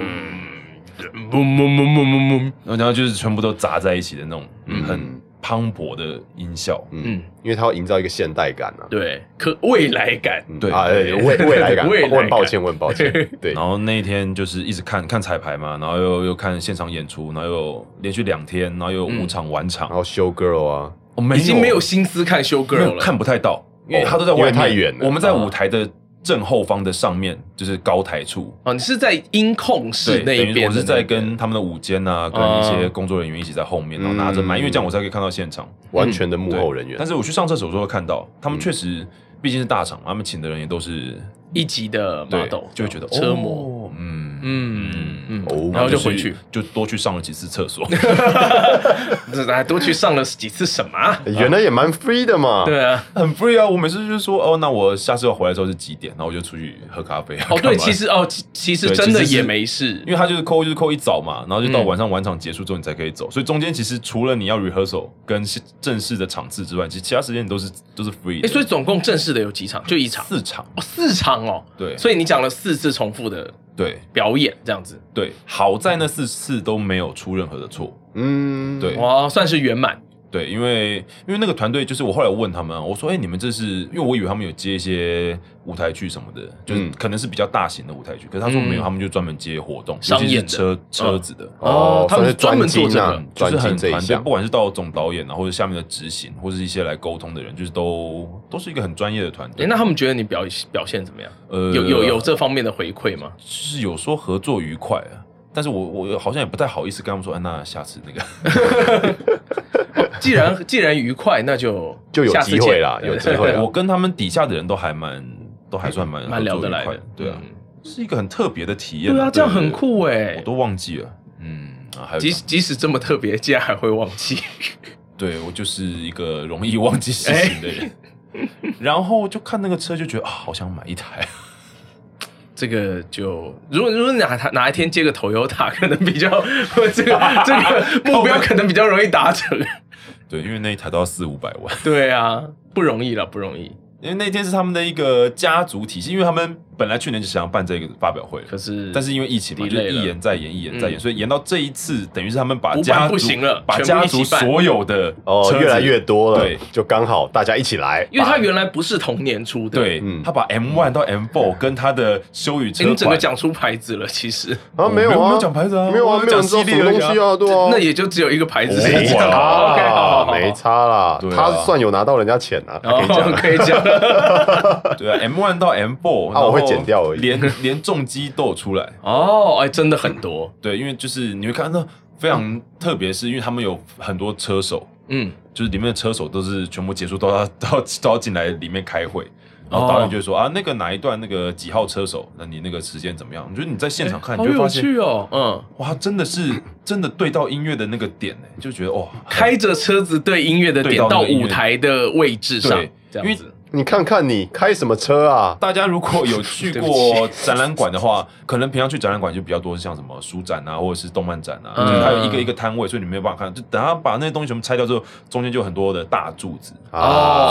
[SPEAKER 2] 嗡嗡嗡嗡嗡嗡，
[SPEAKER 1] 然后就是全部都砸在一起的那种
[SPEAKER 2] 嗯
[SPEAKER 1] 很磅礴的音效。
[SPEAKER 3] 嗯，
[SPEAKER 2] 嗯，
[SPEAKER 3] 因为它要营造一个现代感啊，
[SPEAKER 2] 对，可未来感，
[SPEAKER 3] 嗯
[SPEAKER 1] 对
[SPEAKER 3] 啊，
[SPEAKER 2] 对
[SPEAKER 3] 对 未未来感，哦
[SPEAKER 2] 未来
[SPEAKER 3] 我很抱
[SPEAKER 2] 感
[SPEAKER 3] 歉，我很抱歉， 对
[SPEAKER 1] 然，后那一天就是一直看看彩排嘛，然后又又看现场演出，然后又连续两天，然后又有五场晚场
[SPEAKER 3] 然，后 show girl 啊，
[SPEAKER 1] 我没哦
[SPEAKER 2] 已经没有心思看 show
[SPEAKER 1] 没
[SPEAKER 2] girl
[SPEAKER 1] 有
[SPEAKER 2] 了，
[SPEAKER 1] 看不太到，因为
[SPEAKER 3] 哦
[SPEAKER 1] 他都在
[SPEAKER 3] 因为
[SPEAKER 1] 外面
[SPEAKER 3] 太远了
[SPEAKER 1] 我们在舞台的正后方的上面，就是高台处，
[SPEAKER 2] 哦，你是在音控室
[SPEAKER 1] 对，
[SPEAKER 2] 那一
[SPEAKER 1] 等于
[SPEAKER 2] 边的那
[SPEAKER 1] 我
[SPEAKER 2] 个，
[SPEAKER 1] 是在跟他们的舞监啊，跟一些工作人员一起在后面，然后拿着麦，
[SPEAKER 3] 嗯
[SPEAKER 1] 因为这样我才可以看到现场。
[SPEAKER 3] 完全的幕
[SPEAKER 1] 对
[SPEAKER 3] 后人员
[SPEAKER 1] 但，是我去上厕所的时候看到，他们
[SPEAKER 3] 嗯
[SPEAKER 1] 确实毕竟是大厂嘛，他们请的人也都是
[SPEAKER 2] 一级的
[SPEAKER 1] 对
[SPEAKER 2] model，，
[SPEAKER 1] 就会觉得
[SPEAKER 2] 车
[SPEAKER 1] 哦
[SPEAKER 2] 模，
[SPEAKER 1] 嗯
[SPEAKER 2] 嗯嗯
[SPEAKER 3] 哦
[SPEAKER 2] 然后就
[SPEAKER 1] 去
[SPEAKER 2] 回去，
[SPEAKER 1] 就多去上了几次厕 所。
[SPEAKER 2] 这大家都去上了几次什么啊？
[SPEAKER 3] 哎原来也蛮 free 的嘛，
[SPEAKER 2] 对啊，
[SPEAKER 1] 很 free 啊！我每次就是说，哦，那我下次要回来的时候是几点？然后我就出去喝咖啡啊。
[SPEAKER 2] 哦
[SPEAKER 1] 干
[SPEAKER 2] 对，
[SPEAKER 1] 嘛
[SPEAKER 2] 其实哦其其实
[SPEAKER 1] 对
[SPEAKER 2] 真的
[SPEAKER 1] 其实是
[SPEAKER 2] 也没事，
[SPEAKER 1] 因为他就是扣就是扣一早嘛，然后就到
[SPEAKER 2] 嗯
[SPEAKER 1] 晚上晚场结束之后你才可以走，所以中间其实除了你要 rehearsal 跟是正式的场次之外，其实其他时间你都是都是 free 的。
[SPEAKER 2] 哎，所以总共正式的有几场？就一场，
[SPEAKER 1] 四场，
[SPEAKER 2] 哦，四场哦，
[SPEAKER 1] 对
[SPEAKER 2] 所以你讲了四次重复的
[SPEAKER 1] 对
[SPEAKER 2] 表演，这样子，
[SPEAKER 1] 对，好在那四次都没有出任何的错。
[SPEAKER 3] 嗯，
[SPEAKER 1] 对
[SPEAKER 2] 哇，算是圆满，
[SPEAKER 1] 对，因为因为那个团队就是我后来问他们啊，我说，哎、你们这是因为我以为他们有接一些舞台剧什么的，就是
[SPEAKER 3] 嗯
[SPEAKER 1] 可能是比较大型的舞台剧，可是他说没有，
[SPEAKER 2] 嗯
[SPEAKER 1] 他们就专门接活动，
[SPEAKER 2] 商
[SPEAKER 1] 尤其是
[SPEAKER 2] 演的
[SPEAKER 1] 车车
[SPEAKER 2] 嗯
[SPEAKER 1] 子的。
[SPEAKER 3] 哦，
[SPEAKER 2] 他们
[SPEAKER 3] 算是
[SPEAKER 2] 专门做
[SPEAKER 3] 专精啊
[SPEAKER 2] 这
[SPEAKER 1] 就
[SPEAKER 2] 个
[SPEAKER 3] 专
[SPEAKER 1] 是很
[SPEAKER 3] 精这一
[SPEAKER 1] 团队，
[SPEAKER 3] 项
[SPEAKER 1] 不，管是到总导演啊，或者下面的执行，或者一些来沟通的人，就是都都是一个很专业的团
[SPEAKER 2] 哎，
[SPEAKER 1] 队。
[SPEAKER 2] 那他们觉得你表表现怎么样？
[SPEAKER 1] 呃
[SPEAKER 2] 有有有这方面的回馈吗？
[SPEAKER 1] 是有说合作愉快啊，但是我我好像也不太好意思跟他们说，哎、那下次那个
[SPEAKER 2] 既然既然愉快，那就
[SPEAKER 3] 就有
[SPEAKER 2] 下次
[SPEAKER 3] 机会
[SPEAKER 2] 见
[SPEAKER 3] 啦
[SPEAKER 2] 对啊
[SPEAKER 3] 有机会啦
[SPEAKER 1] 我跟他们底下的人都还蛮都还算蛮
[SPEAKER 2] 蛮聊得
[SPEAKER 1] 合
[SPEAKER 2] 来
[SPEAKER 1] 作
[SPEAKER 2] 的
[SPEAKER 1] 愉快，对啊，
[SPEAKER 2] 嗯
[SPEAKER 1] 是一个很特别的体验啊。
[SPEAKER 2] 对啊，这样很酷哎
[SPEAKER 1] 我，都忘记了。嗯，啊、还有
[SPEAKER 2] 即
[SPEAKER 1] 一
[SPEAKER 2] 使
[SPEAKER 1] 个
[SPEAKER 2] 即使这么特别，竟然还会忘记，
[SPEAKER 1] 对我就是一个容易忘记事情
[SPEAKER 2] 哎
[SPEAKER 1] 的人，然后就看那个车就觉得啊， 好想买一台。
[SPEAKER 2] 这个就如果如果哪他哪一天接个 Toyota，可能比较 这个这个目标可能比较容易达成。
[SPEAKER 1] 对，因为那一台都要四五百万。
[SPEAKER 2] 对啊，不容易了，不容易。
[SPEAKER 1] 因为那天是他们的一个家族体系，因为他们本来去年就想要办这个发表会，
[SPEAKER 2] 可是
[SPEAKER 1] 但是因为疫情嘛，
[SPEAKER 2] delay
[SPEAKER 1] 就是一
[SPEAKER 2] 了
[SPEAKER 1] 延再延，一延再延，
[SPEAKER 2] 嗯
[SPEAKER 1] 所以延到这一次，等于是他们把
[SPEAKER 2] 不办
[SPEAKER 1] 家族
[SPEAKER 2] 不行了
[SPEAKER 1] 把
[SPEAKER 2] 全部
[SPEAKER 1] 家
[SPEAKER 2] 一起
[SPEAKER 1] 族
[SPEAKER 2] 办
[SPEAKER 1] 所有的
[SPEAKER 3] 哦
[SPEAKER 1] 车，子
[SPEAKER 3] 越来越多了，
[SPEAKER 1] 对，
[SPEAKER 3] 就刚好大家一起来，啊
[SPEAKER 2] 因为
[SPEAKER 3] 把
[SPEAKER 2] 他原来不是同年出的，
[SPEAKER 1] 对，
[SPEAKER 3] 嗯
[SPEAKER 1] 他把 M One 到 M Four 跟他的修宇
[SPEAKER 2] 诶，
[SPEAKER 1] 车
[SPEAKER 2] 哎你整个
[SPEAKER 1] 款，
[SPEAKER 2] 讲出牌子了，其实
[SPEAKER 3] 啊，
[SPEAKER 1] 我
[SPEAKER 3] 没
[SPEAKER 1] 没
[SPEAKER 3] 有
[SPEAKER 1] 有哦
[SPEAKER 3] 啊，
[SPEAKER 1] 没有讲牌子啊
[SPEAKER 3] 没有
[SPEAKER 1] 我
[SPEAKER 3] 啊，
[SPEAKER 1] 们
[SPEAKER 3] 没
[SPEAKER 1] 讲
[SPEAKER 3] 有人知道
[SPEAKER 1] 系
[SPEAKER 3] 什么
[SPEAKER 1] 列而
[SPEAKER 3] 东
[SPEAKER 1] 已
[SPEAKER 3] 西啊，对啊，
[SPEAKER 2] 那也就只有一个牌子
[SPEAKER 1] 哦
[SPEAKER 2] 是这样。
[SPEAKER 1] 哇
[SPEAKER 2] OK，好好好，
[SPEAKER 3] 没差啦
[SPEAKER 1] 对，啊
[SPEAKER 3] 他算有拿到人家钱啊，
[SPEAKER 2] 然
[SPEAKER 3] 可以讲
[SPEAKER 2] 后
[SPEAKER 3] 啊，
[SPEAKER 2] 哦可以讲，
[SPEAKER 1] 对啊，M One 到 M Four，
[SPEAKER 3] 啊我会剪掉而已
[SPEAKER 1] 连连重机都有出来，
[SPEAKER 2] 哦，哎，真的很多，
[SPEAKER 1] 对，因为就是你会看到非常特别，是因为他们有很多车手，
[SPEAKER 2] 嗯，
[SPEAKER 1] 就是里面的车手都是全部结束都要 都要都要进来里面开会，然后导演就会说、啊，那个哪一段那个几号车手，那你那个时间怎么样？我觉得你在现场看，
[SPEAKER 2] 好
[SPEAKER 1] 你就会
[SPEAKER 2] 有
[SPEAKER 1] 发现
[SPEAKER 2] 趣哦，嗯，
[SPEAKER 1] 哇，真的是真的对到音乐的那个点呢、就觉得哇，很
[SPEAKER 2] 开着车子对音乐的点
[SPEAKER 1] 对到
[SPEAKER 2] 到
[SPEAKER 1] 那个音乐
[SPEAKER 2] 舞台的位置上
[SPEAKER 1] 对，
[SPEAKER 2] 这
[SPEAKER 1] 因
[SPEAKER 2] 样
[SPEAKER 1] 为
[SPEAKER 2] 子，
[SPEAKER 3] 你看看你开什么车啊？
[SPEAKER 1] 大家如果有去
[SPEAKER 2] 对
[SPEAKER 1] 过
[SPEAKER 2] 不
[SPEAKER 1] 展览馆的话，可能平常去展览馆就比较多，像什么书展啊，或者是动漫展啊，
[SPEAKER 2] 嗯
[SPEAKER 1] 就是它有一个一个摊位，所以你没有办法看。就等它把那些东西全部拆掉之后，中间就有很多的大柱子，
[SPEAKER 3] 啊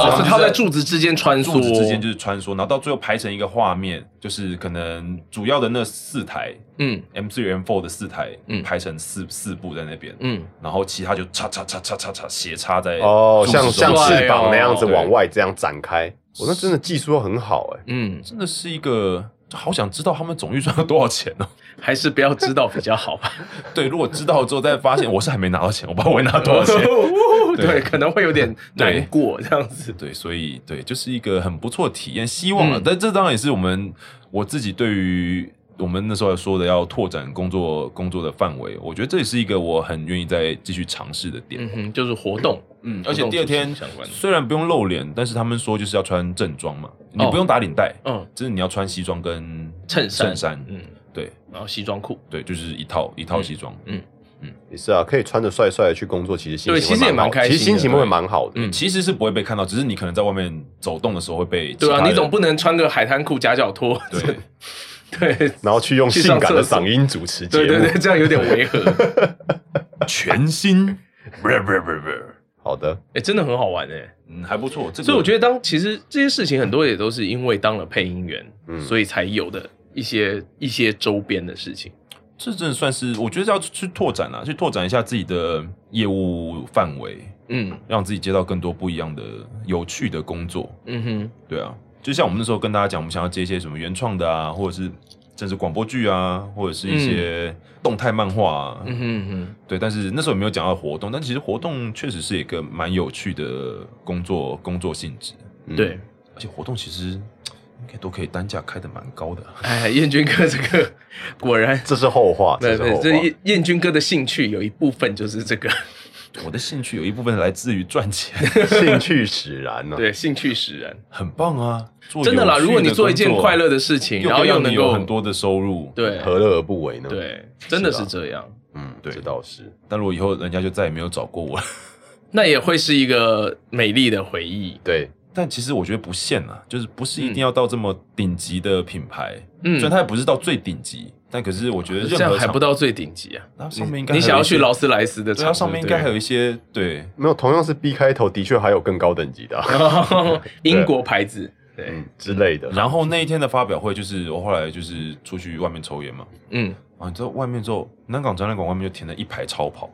[SPEAKER 2] 哦，是他在柱子之间穿梭，
[SPEAKER 1] 柱子之间就是穿梭，然后到最后排成一个画面，就是可能主要的那四台
[SPEAKER 2] 嗯
[SPEAKER 1] M 3 M Four 的四台，
[SPEAKER 2] 嗯
[SPEAKER 1] 排成四四部在那边，
[SPEAKER 2] 嗯，
[SPEAKER 1] 然后其他就叉叉叉叉叉叉斜插在
[SPEAKER 3] 哦，
[SPEAKER 1] 柱子
[SPEAKER 3] 像
[SPEAKER 1] 中间
[SPEAKER 3] 像翅
[SPEAKER 2] 哦
[SPEAKER 3] 膀那样子
[SPEAKER 1] 对
[SPEAKER 3] 往外这样展开，我那真的技术很好哎。
[SPEAKER 2] 嗯，
[SPEAKER 1] 真的是一个。好想知道他们总预算要多少钱哦。
[SPEAKER 2] 还是不要知道比较好吧。
[SPEAKER 1] 对，如果知道之后再发现，我是还没拿到钱，我不知道我会拿到多少钱。哦对
[SPEAKER 2] 对，可能会有点
[SPEAKER 1] 对
[SPEAKER 2] 难过这样子。
[SPEAKER 1] 对，所以对，就是一个很不错的体验，希望啊，
[SPEAKER 2] 嗯
[SPEAKER 1] 但这当然也是我们我自己对于我们那时候说的要拓展工作工作的范围，我觉得这也是一个我很愿意再继续尝试的点
[SPEAKER 2] 嗯。哼，就是活动，
[SPEAKER 1] 嗯，
[SPEAKER 2] 活
[SPEAKER 1] 而且
[SPEAKER 2] 动
[SPEAKER 1] 第二
[SPEAKER 2] 组织
[SPEAKER 1] 天
[SPEAKER 2] 相关的
[SPEAKER 1] 虽然不用露脸，但是他们说就是要穿正装嘛，你
[SPEAKER 2] 哦
[SPEAKER 1] 不用打领带，
[SPEAKER 2] 嗯，
[SPEAKER 1] 就是你要穿西装跟
[SPEAKER 2] 衬衫，
[SPEAKER 1] 衬衫，
[SPEAKER 2] 嗯，
[SPEAKER 1] 对
[SPEAKER 2] 然后西装裤，
[SPEAKER 1] 对，就是一套一套西装。
[SPEAKER 2] 嗯
[SPEAKER 3] 也是啊，可以穿着帅帅的去工作，其实心情
[SPEAKER 2] 对
[SPEAKER 3] 会
[SPEAKER 2] 其实也蛮
[SPEAKER 3] 好
[SPEAKER 2] 开
[SPEAKER 3] 其实
[SPEAKER 2] 心的
[SPEAKER 3] 心情会蛮好的。
[SPEAKER 2] 嗯
[SPEAKER 1] 其实是不会被看到，只是你可能在外面走动的时候会被
[SPEAKER 2] 对
[SPEAKER 1] 其
[SPEAKER 2] 啊，
[SPEAKER 1] 他
[SPEAKER 2] 你总
[SPEAKER 1] 人
[SPEAKER 2] 不能穿个海滩裤夹脚拖，
[SPEAKER 1] 对
[SPEAKER 2] 对
[SPEAKER 3] 然后去用
[SPEAKER 2] 去
[SPEAKER 3] 性
[SPEAKER 2] 上
[SPEAKER 3] 感的
[SPEAKER 2] 厕所
[SPEAKER 3] 嗓音主持节目。
[SPEAKER 2] 对对对，这样有点违和。
[SPEAKER 1] 全新，不是不是不是不是
[SPEAKER 3] 好的，
[SPEAKER 2] 哎，真的很好玩哎。
[SPEAKER 1] 嗯，还不错。这个
[SPEAKER 2] 所以我觉得当其实这些事情很多也都是因为当了配音员，
[SPEAKER 3] 嗯
[SPEAKER 2] 所以才有的一些一些周边的事情。
[SPEAKER 1] 这真的算是，我觉得要去拓展啊，去拓展一下自己的业务范围，
[SPEAKER 2] 嗯
[SPEAKER 1] 让自己接到更多不一样的、有趣的工作。
[SPEAKER 2] 嗯哼，
[SPEAKER 1] 对啊，就像我们那时候跟大家讲，我们想要接一些什么原创的啊，或者是甚至广播剧啊，或者是一些动态漫画啊。
[SPEAKER 2] 嗯哼嗯
[SPEAKER 1] 对，但是那时候也没有讲到活动，但其实活动确实是一个蛮有趣的工作工作性质，
[SPEAKER 3] 嗯
[SPEAKER 2] 哼，对。
[SPEAKER 1] 而且活动其实应该都可以单价开的蛮高的。啊
[SPEAKER 2] 哎，燕军哥这个果然，
[SPEAKER 3] 这是后话，
[SPEAKER 2] 对
[SPEAKER 3] 这是后
[SPEAKER 2] 对，
[SPEAKER 3] 话。
[SPEAKER 2] 这燕燕军哥的兴趣有一部分就 是这个，
[SPEAKER 1] 我的兴趣有一部分来自于赚钱，
[SPEAKER 3] 兴趣使然啊呢、
[SPEAKER 2] 对，兴趣使然。
[SPEAKER 1] 很棒啊！做
[SPEAKER 2] 真的啦，
[SPEAKER 1] 有趣
[SPEAKER 2] 如果你做一件
[SPEAKER 1] 工作啊
[SPEAKER 2] 快乐的事情，
[SPEAKER 1] 又
[SPEAKER 2] 然
[SPEAKER 1] 可
[SPEAKER 2] 后
[SPEAKER 1] 以
[SPEAKER 2] 又
[SPEAKER 1] 让你
[SPEAKER 2] 能
[SPEAKER 1] 有
[SPEAKER 2] 够
[SPEAKER 1] 很，多的收入，，
[SPEAKER 2] 对
[SPEAKER 3] 何乐而不为呢？，
[SPEAKER 2] 对，真的是这样，
[SPEAKER 3] 嗯，
[SPEAKER 1] 对
[SPEAKER 3] 这倒是。
[SPEAKER 1] 但如果以后人家就再也没有找过我了。
[SPEAKER 2] 那也会是一个美丽的回忆。
[SPEAKER 3] 对，
[SPEAKER 1] 但其实我觉得不限啊，就是不是一定要到这么顶级的品牌，
[SPEAKER 2] 嗯
[SPEAKER 1] 虽然它也不是到最顶级，但可是我觉得
[SPEAKER 2] 这
[SPEAKER 1] 任
[SPEAKER 2] 样
[SPEAKER 1] 何
[SPEAKER 2] 还
[SPEAKER 1] 厂
[SPEAKER 2] 不，到最顶级啊！
[SPEAKER 1] 那上面应该
[SPEAKER 2] 你想要去劳
[SPEAKER 1] 老，
[SPEAKER 2] 斯莱斯的
[SPEAKER 1] 对啊，
[SPEAKER 2] 厂，
[SPEAKER 1] 上面应该还
[SPEAKER 2] 对
[SPEAKER 1] 有一些对。
[SPEAKER 3] 没有，同样是 B 开头，的确还有更高等级的啊、
[SPEAKER 2] 不对 英国牌子，对，
[SPEAKER 3] 嗯之类的。
[SPEAKER 1] 然后那一天的发表会，就是我后来就是出去外面抽烟嘛，
[SPEAKER 2] 嗯，
[SPEAKER 1] 啊，你知道外面之后，南港展览馆外面就停了一排超跑，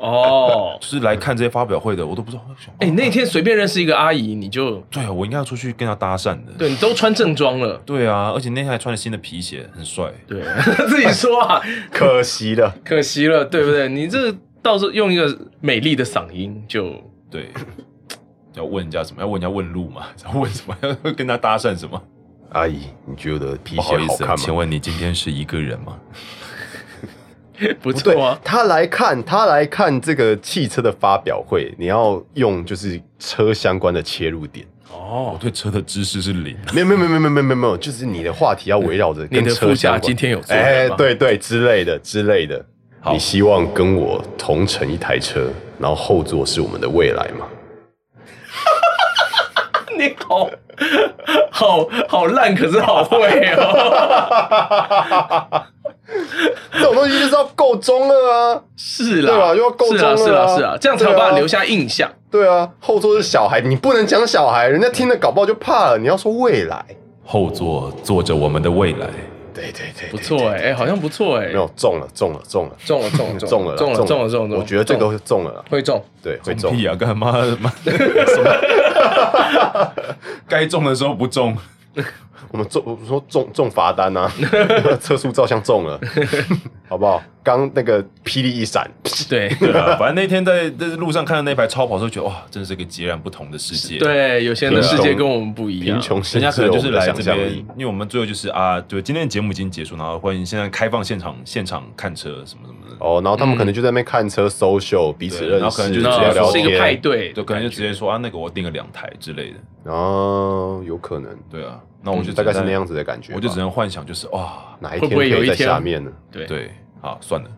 [SPEAKER 2] 哦
[SPEAKER 1] 就，是来看这些发表会的，我都不知道。我想哦
[SPEAKER 2] 哎，那天随便认识一个阿姨，你就
[SPEAKER 1] 对啊，我应该要出去跟他搭讪的。
[SPEAKER 2] 对你都穿正装了，
[SPEAKER 1] 对啊，而且那天还穿了新的皮鞋，很帅。
[SPEAKER 2] 对，自己说啊，
[SPEAKER 3] 可惜了，
[SPEAKER 2] 可惜了，对不对？你这到时候用一个美丽的嗓音就
[SPEAKER 1] 对，要问人家什么？要问人家问路嘛？ 要问什么？要跟他搭讪什么？
[SPEAKER 3] 阿姨，你觉得皮
[SPEAKER 1] 不好
[SPEAKER 3] 鞋
[SPEAKER 1] 意
[SPEAKER 3] 好
[SPEAKER 1] 思啊，
[SPEAKER 3] 看
[SPEAKER 1] 请
[SPEAKER 3] 吗？
[SPEAKER 1] 问你今天是一个人吗？
[SPEAKER 2] 不
[SPEAKER 3] 不对
[SPEAKER 2] 错啊，。
[SPEAKER 3] 他来看，他来看这个汽车的发表会，你要用就是车相关的切入点。
[SPEAKER 1] 我
[SPEAKER 2] 哦，
[SPEAKER 1] 对车的知识是零。
[SPEAKER 3] 没有，没有，没有，没有，没有，没有，没有，就是你的话题要围绕着
[SPEAKER 2] 你
[SPEAKER 3] 跟
[SPEAKER 2] 的
[SPEAKER 3] 车
[SPEAKER 2] 副
[SPEAKER 3] 相
[SPEAKER 2] 驾
[SPEAKER 3] 关。
[SPEAKER 2] 今天有坐
[SPEAKER 3] 哎
[SPEAKER 2] 人，吗，
[SPEAKER 3] 对对，之类的之类的。
[SPEAKER 1] 好
[SPEAKER 3] 你希望跟我同乘一台车，然后后座是我们的未来 吗？
[SPEAKER 2] 你好好好烂，可是好会哦。
[SPEAKER 3] 这种东西就是要够中二啊！
[SPEAKER 2] 是啦，
[SPEAKER 3] 对啊又要够
[SPEAKER 2] 是啊，
[SPEAKER 3] 中
[SPEAKER 2] 是啦，
[SPEAKER 3] 了啊
[SPEAKER 2] 是啊，这样才有
[SPEAKER 3] 对啊
[SPEAKER 2] 办法留下印象。
[SPEAKER 3] 对啊，后座是小孩，你不能讲小孩，人家听了搞不好就怕了。你要说未来，
[SPEAKER 1] 后座坐着我们的未来，
[SPEAKER 3] 对对对
[SPEAKER 2] 不
[SPEAKER 3] 对
[SPEAKER 2] 错哎，哎，好像不错哎
[SPEAKER 3] 没，有中了，中了，中了，
[SPEAKER 2] 中了，中了，
[SPEAKER 3] 中了，
[SPEAKER 2] 中了，中了，中了，中了
[SPEAKER 3] 我觉得这
[SPEAKER 2] 中
[SPEAKER 3] 个
[SPEAKER 2] 了
[SPEAKER 3] 会中了啦，
[SPEAKER 2] 会中。
[SPEAKER 3] 对，会
[SPEAKER 1] 中
[SPEAKER 3] 中。
[SPEAKER 1] 屁啊！干 嘛妈什么？该中的时候不中，
[SPEAKER 3] 我们中，我说中中罚单啊， 测速照相中了，好不好？刚那个霹雳一闪，
[SPEAKER 2] 对
[SPEAKER 1] 对啊。反正那天在在路上看到那排超跑，的时候，觉得哇，真的是一个截然不同的世界。，
[SPEAKER 2] 对，有些人的世界跟我们不一样
[SPEAKER 3] 啊贫。穷限
[SPEAKER 1] 人家可
[SPEAKER 3] 制
[SPEAKER 1] 能
[SPEAKER 3] 了
[SPEAKER 1] 就
[SPEAKER 3] 我
[SPEAKER 1] 是
[SPEAKER 3] 们的
[SPEAKER 1] 来
[SPEAKER 3] 想
[SPEAKER 1] 这
[SPEAKER 3] 象
[SPEAKER 1] 边
[SPEAKER 3] 力。，
[SPEAKER 1] 因为我们最后就是啊，对，今天的节目已经结束，然后欢迎现在开放现场现场看车什么什么的。
[SPEAKER 3] 哦，然后他们可能就在那边看车、social，彼此
[SPEAKER 1] 对
[SPEAKER 3] 认识，
[SPEAKER 1] 然后可能就是
[SPEAKER 3] 聊
[SPEAKER 1] 直接
[SPEAKER 3] 聊
[SPEAKER 2] 那是一个
[SPEAKER 3] 天，
[SPEAKER 2] 派对，
[SPEAKER 1] 对，可能就直接说啊，那个我订了两台之类的。
[SPEAKER 3] 哦，有可能，
[SPEAKER 1] 对啊，那我就
[SPEAKER 3] 大概是那样
[SPEAKER 1] 子，
[SPEAKER 3] 子的感觉吧。
[SPEAKER 1] 我就只能幻想，就是哇，
[SPEAKER 3] 哪一
[SPEAKER 2] 会
[SPEAKER 3] 天
[SPEAKER 2] 不会
[SPEAKER 3] 可
[SPEAKER 2] 有
[SPEAKER 3] 以
[SPEAKER 2] 一
[SPEAKER 3] 在
[SPEAKER 2] 天
[SPEAKER 3] 下面呢？
[SPEAKER 2] 对。
[SPEAKER 1] 对，好，算了，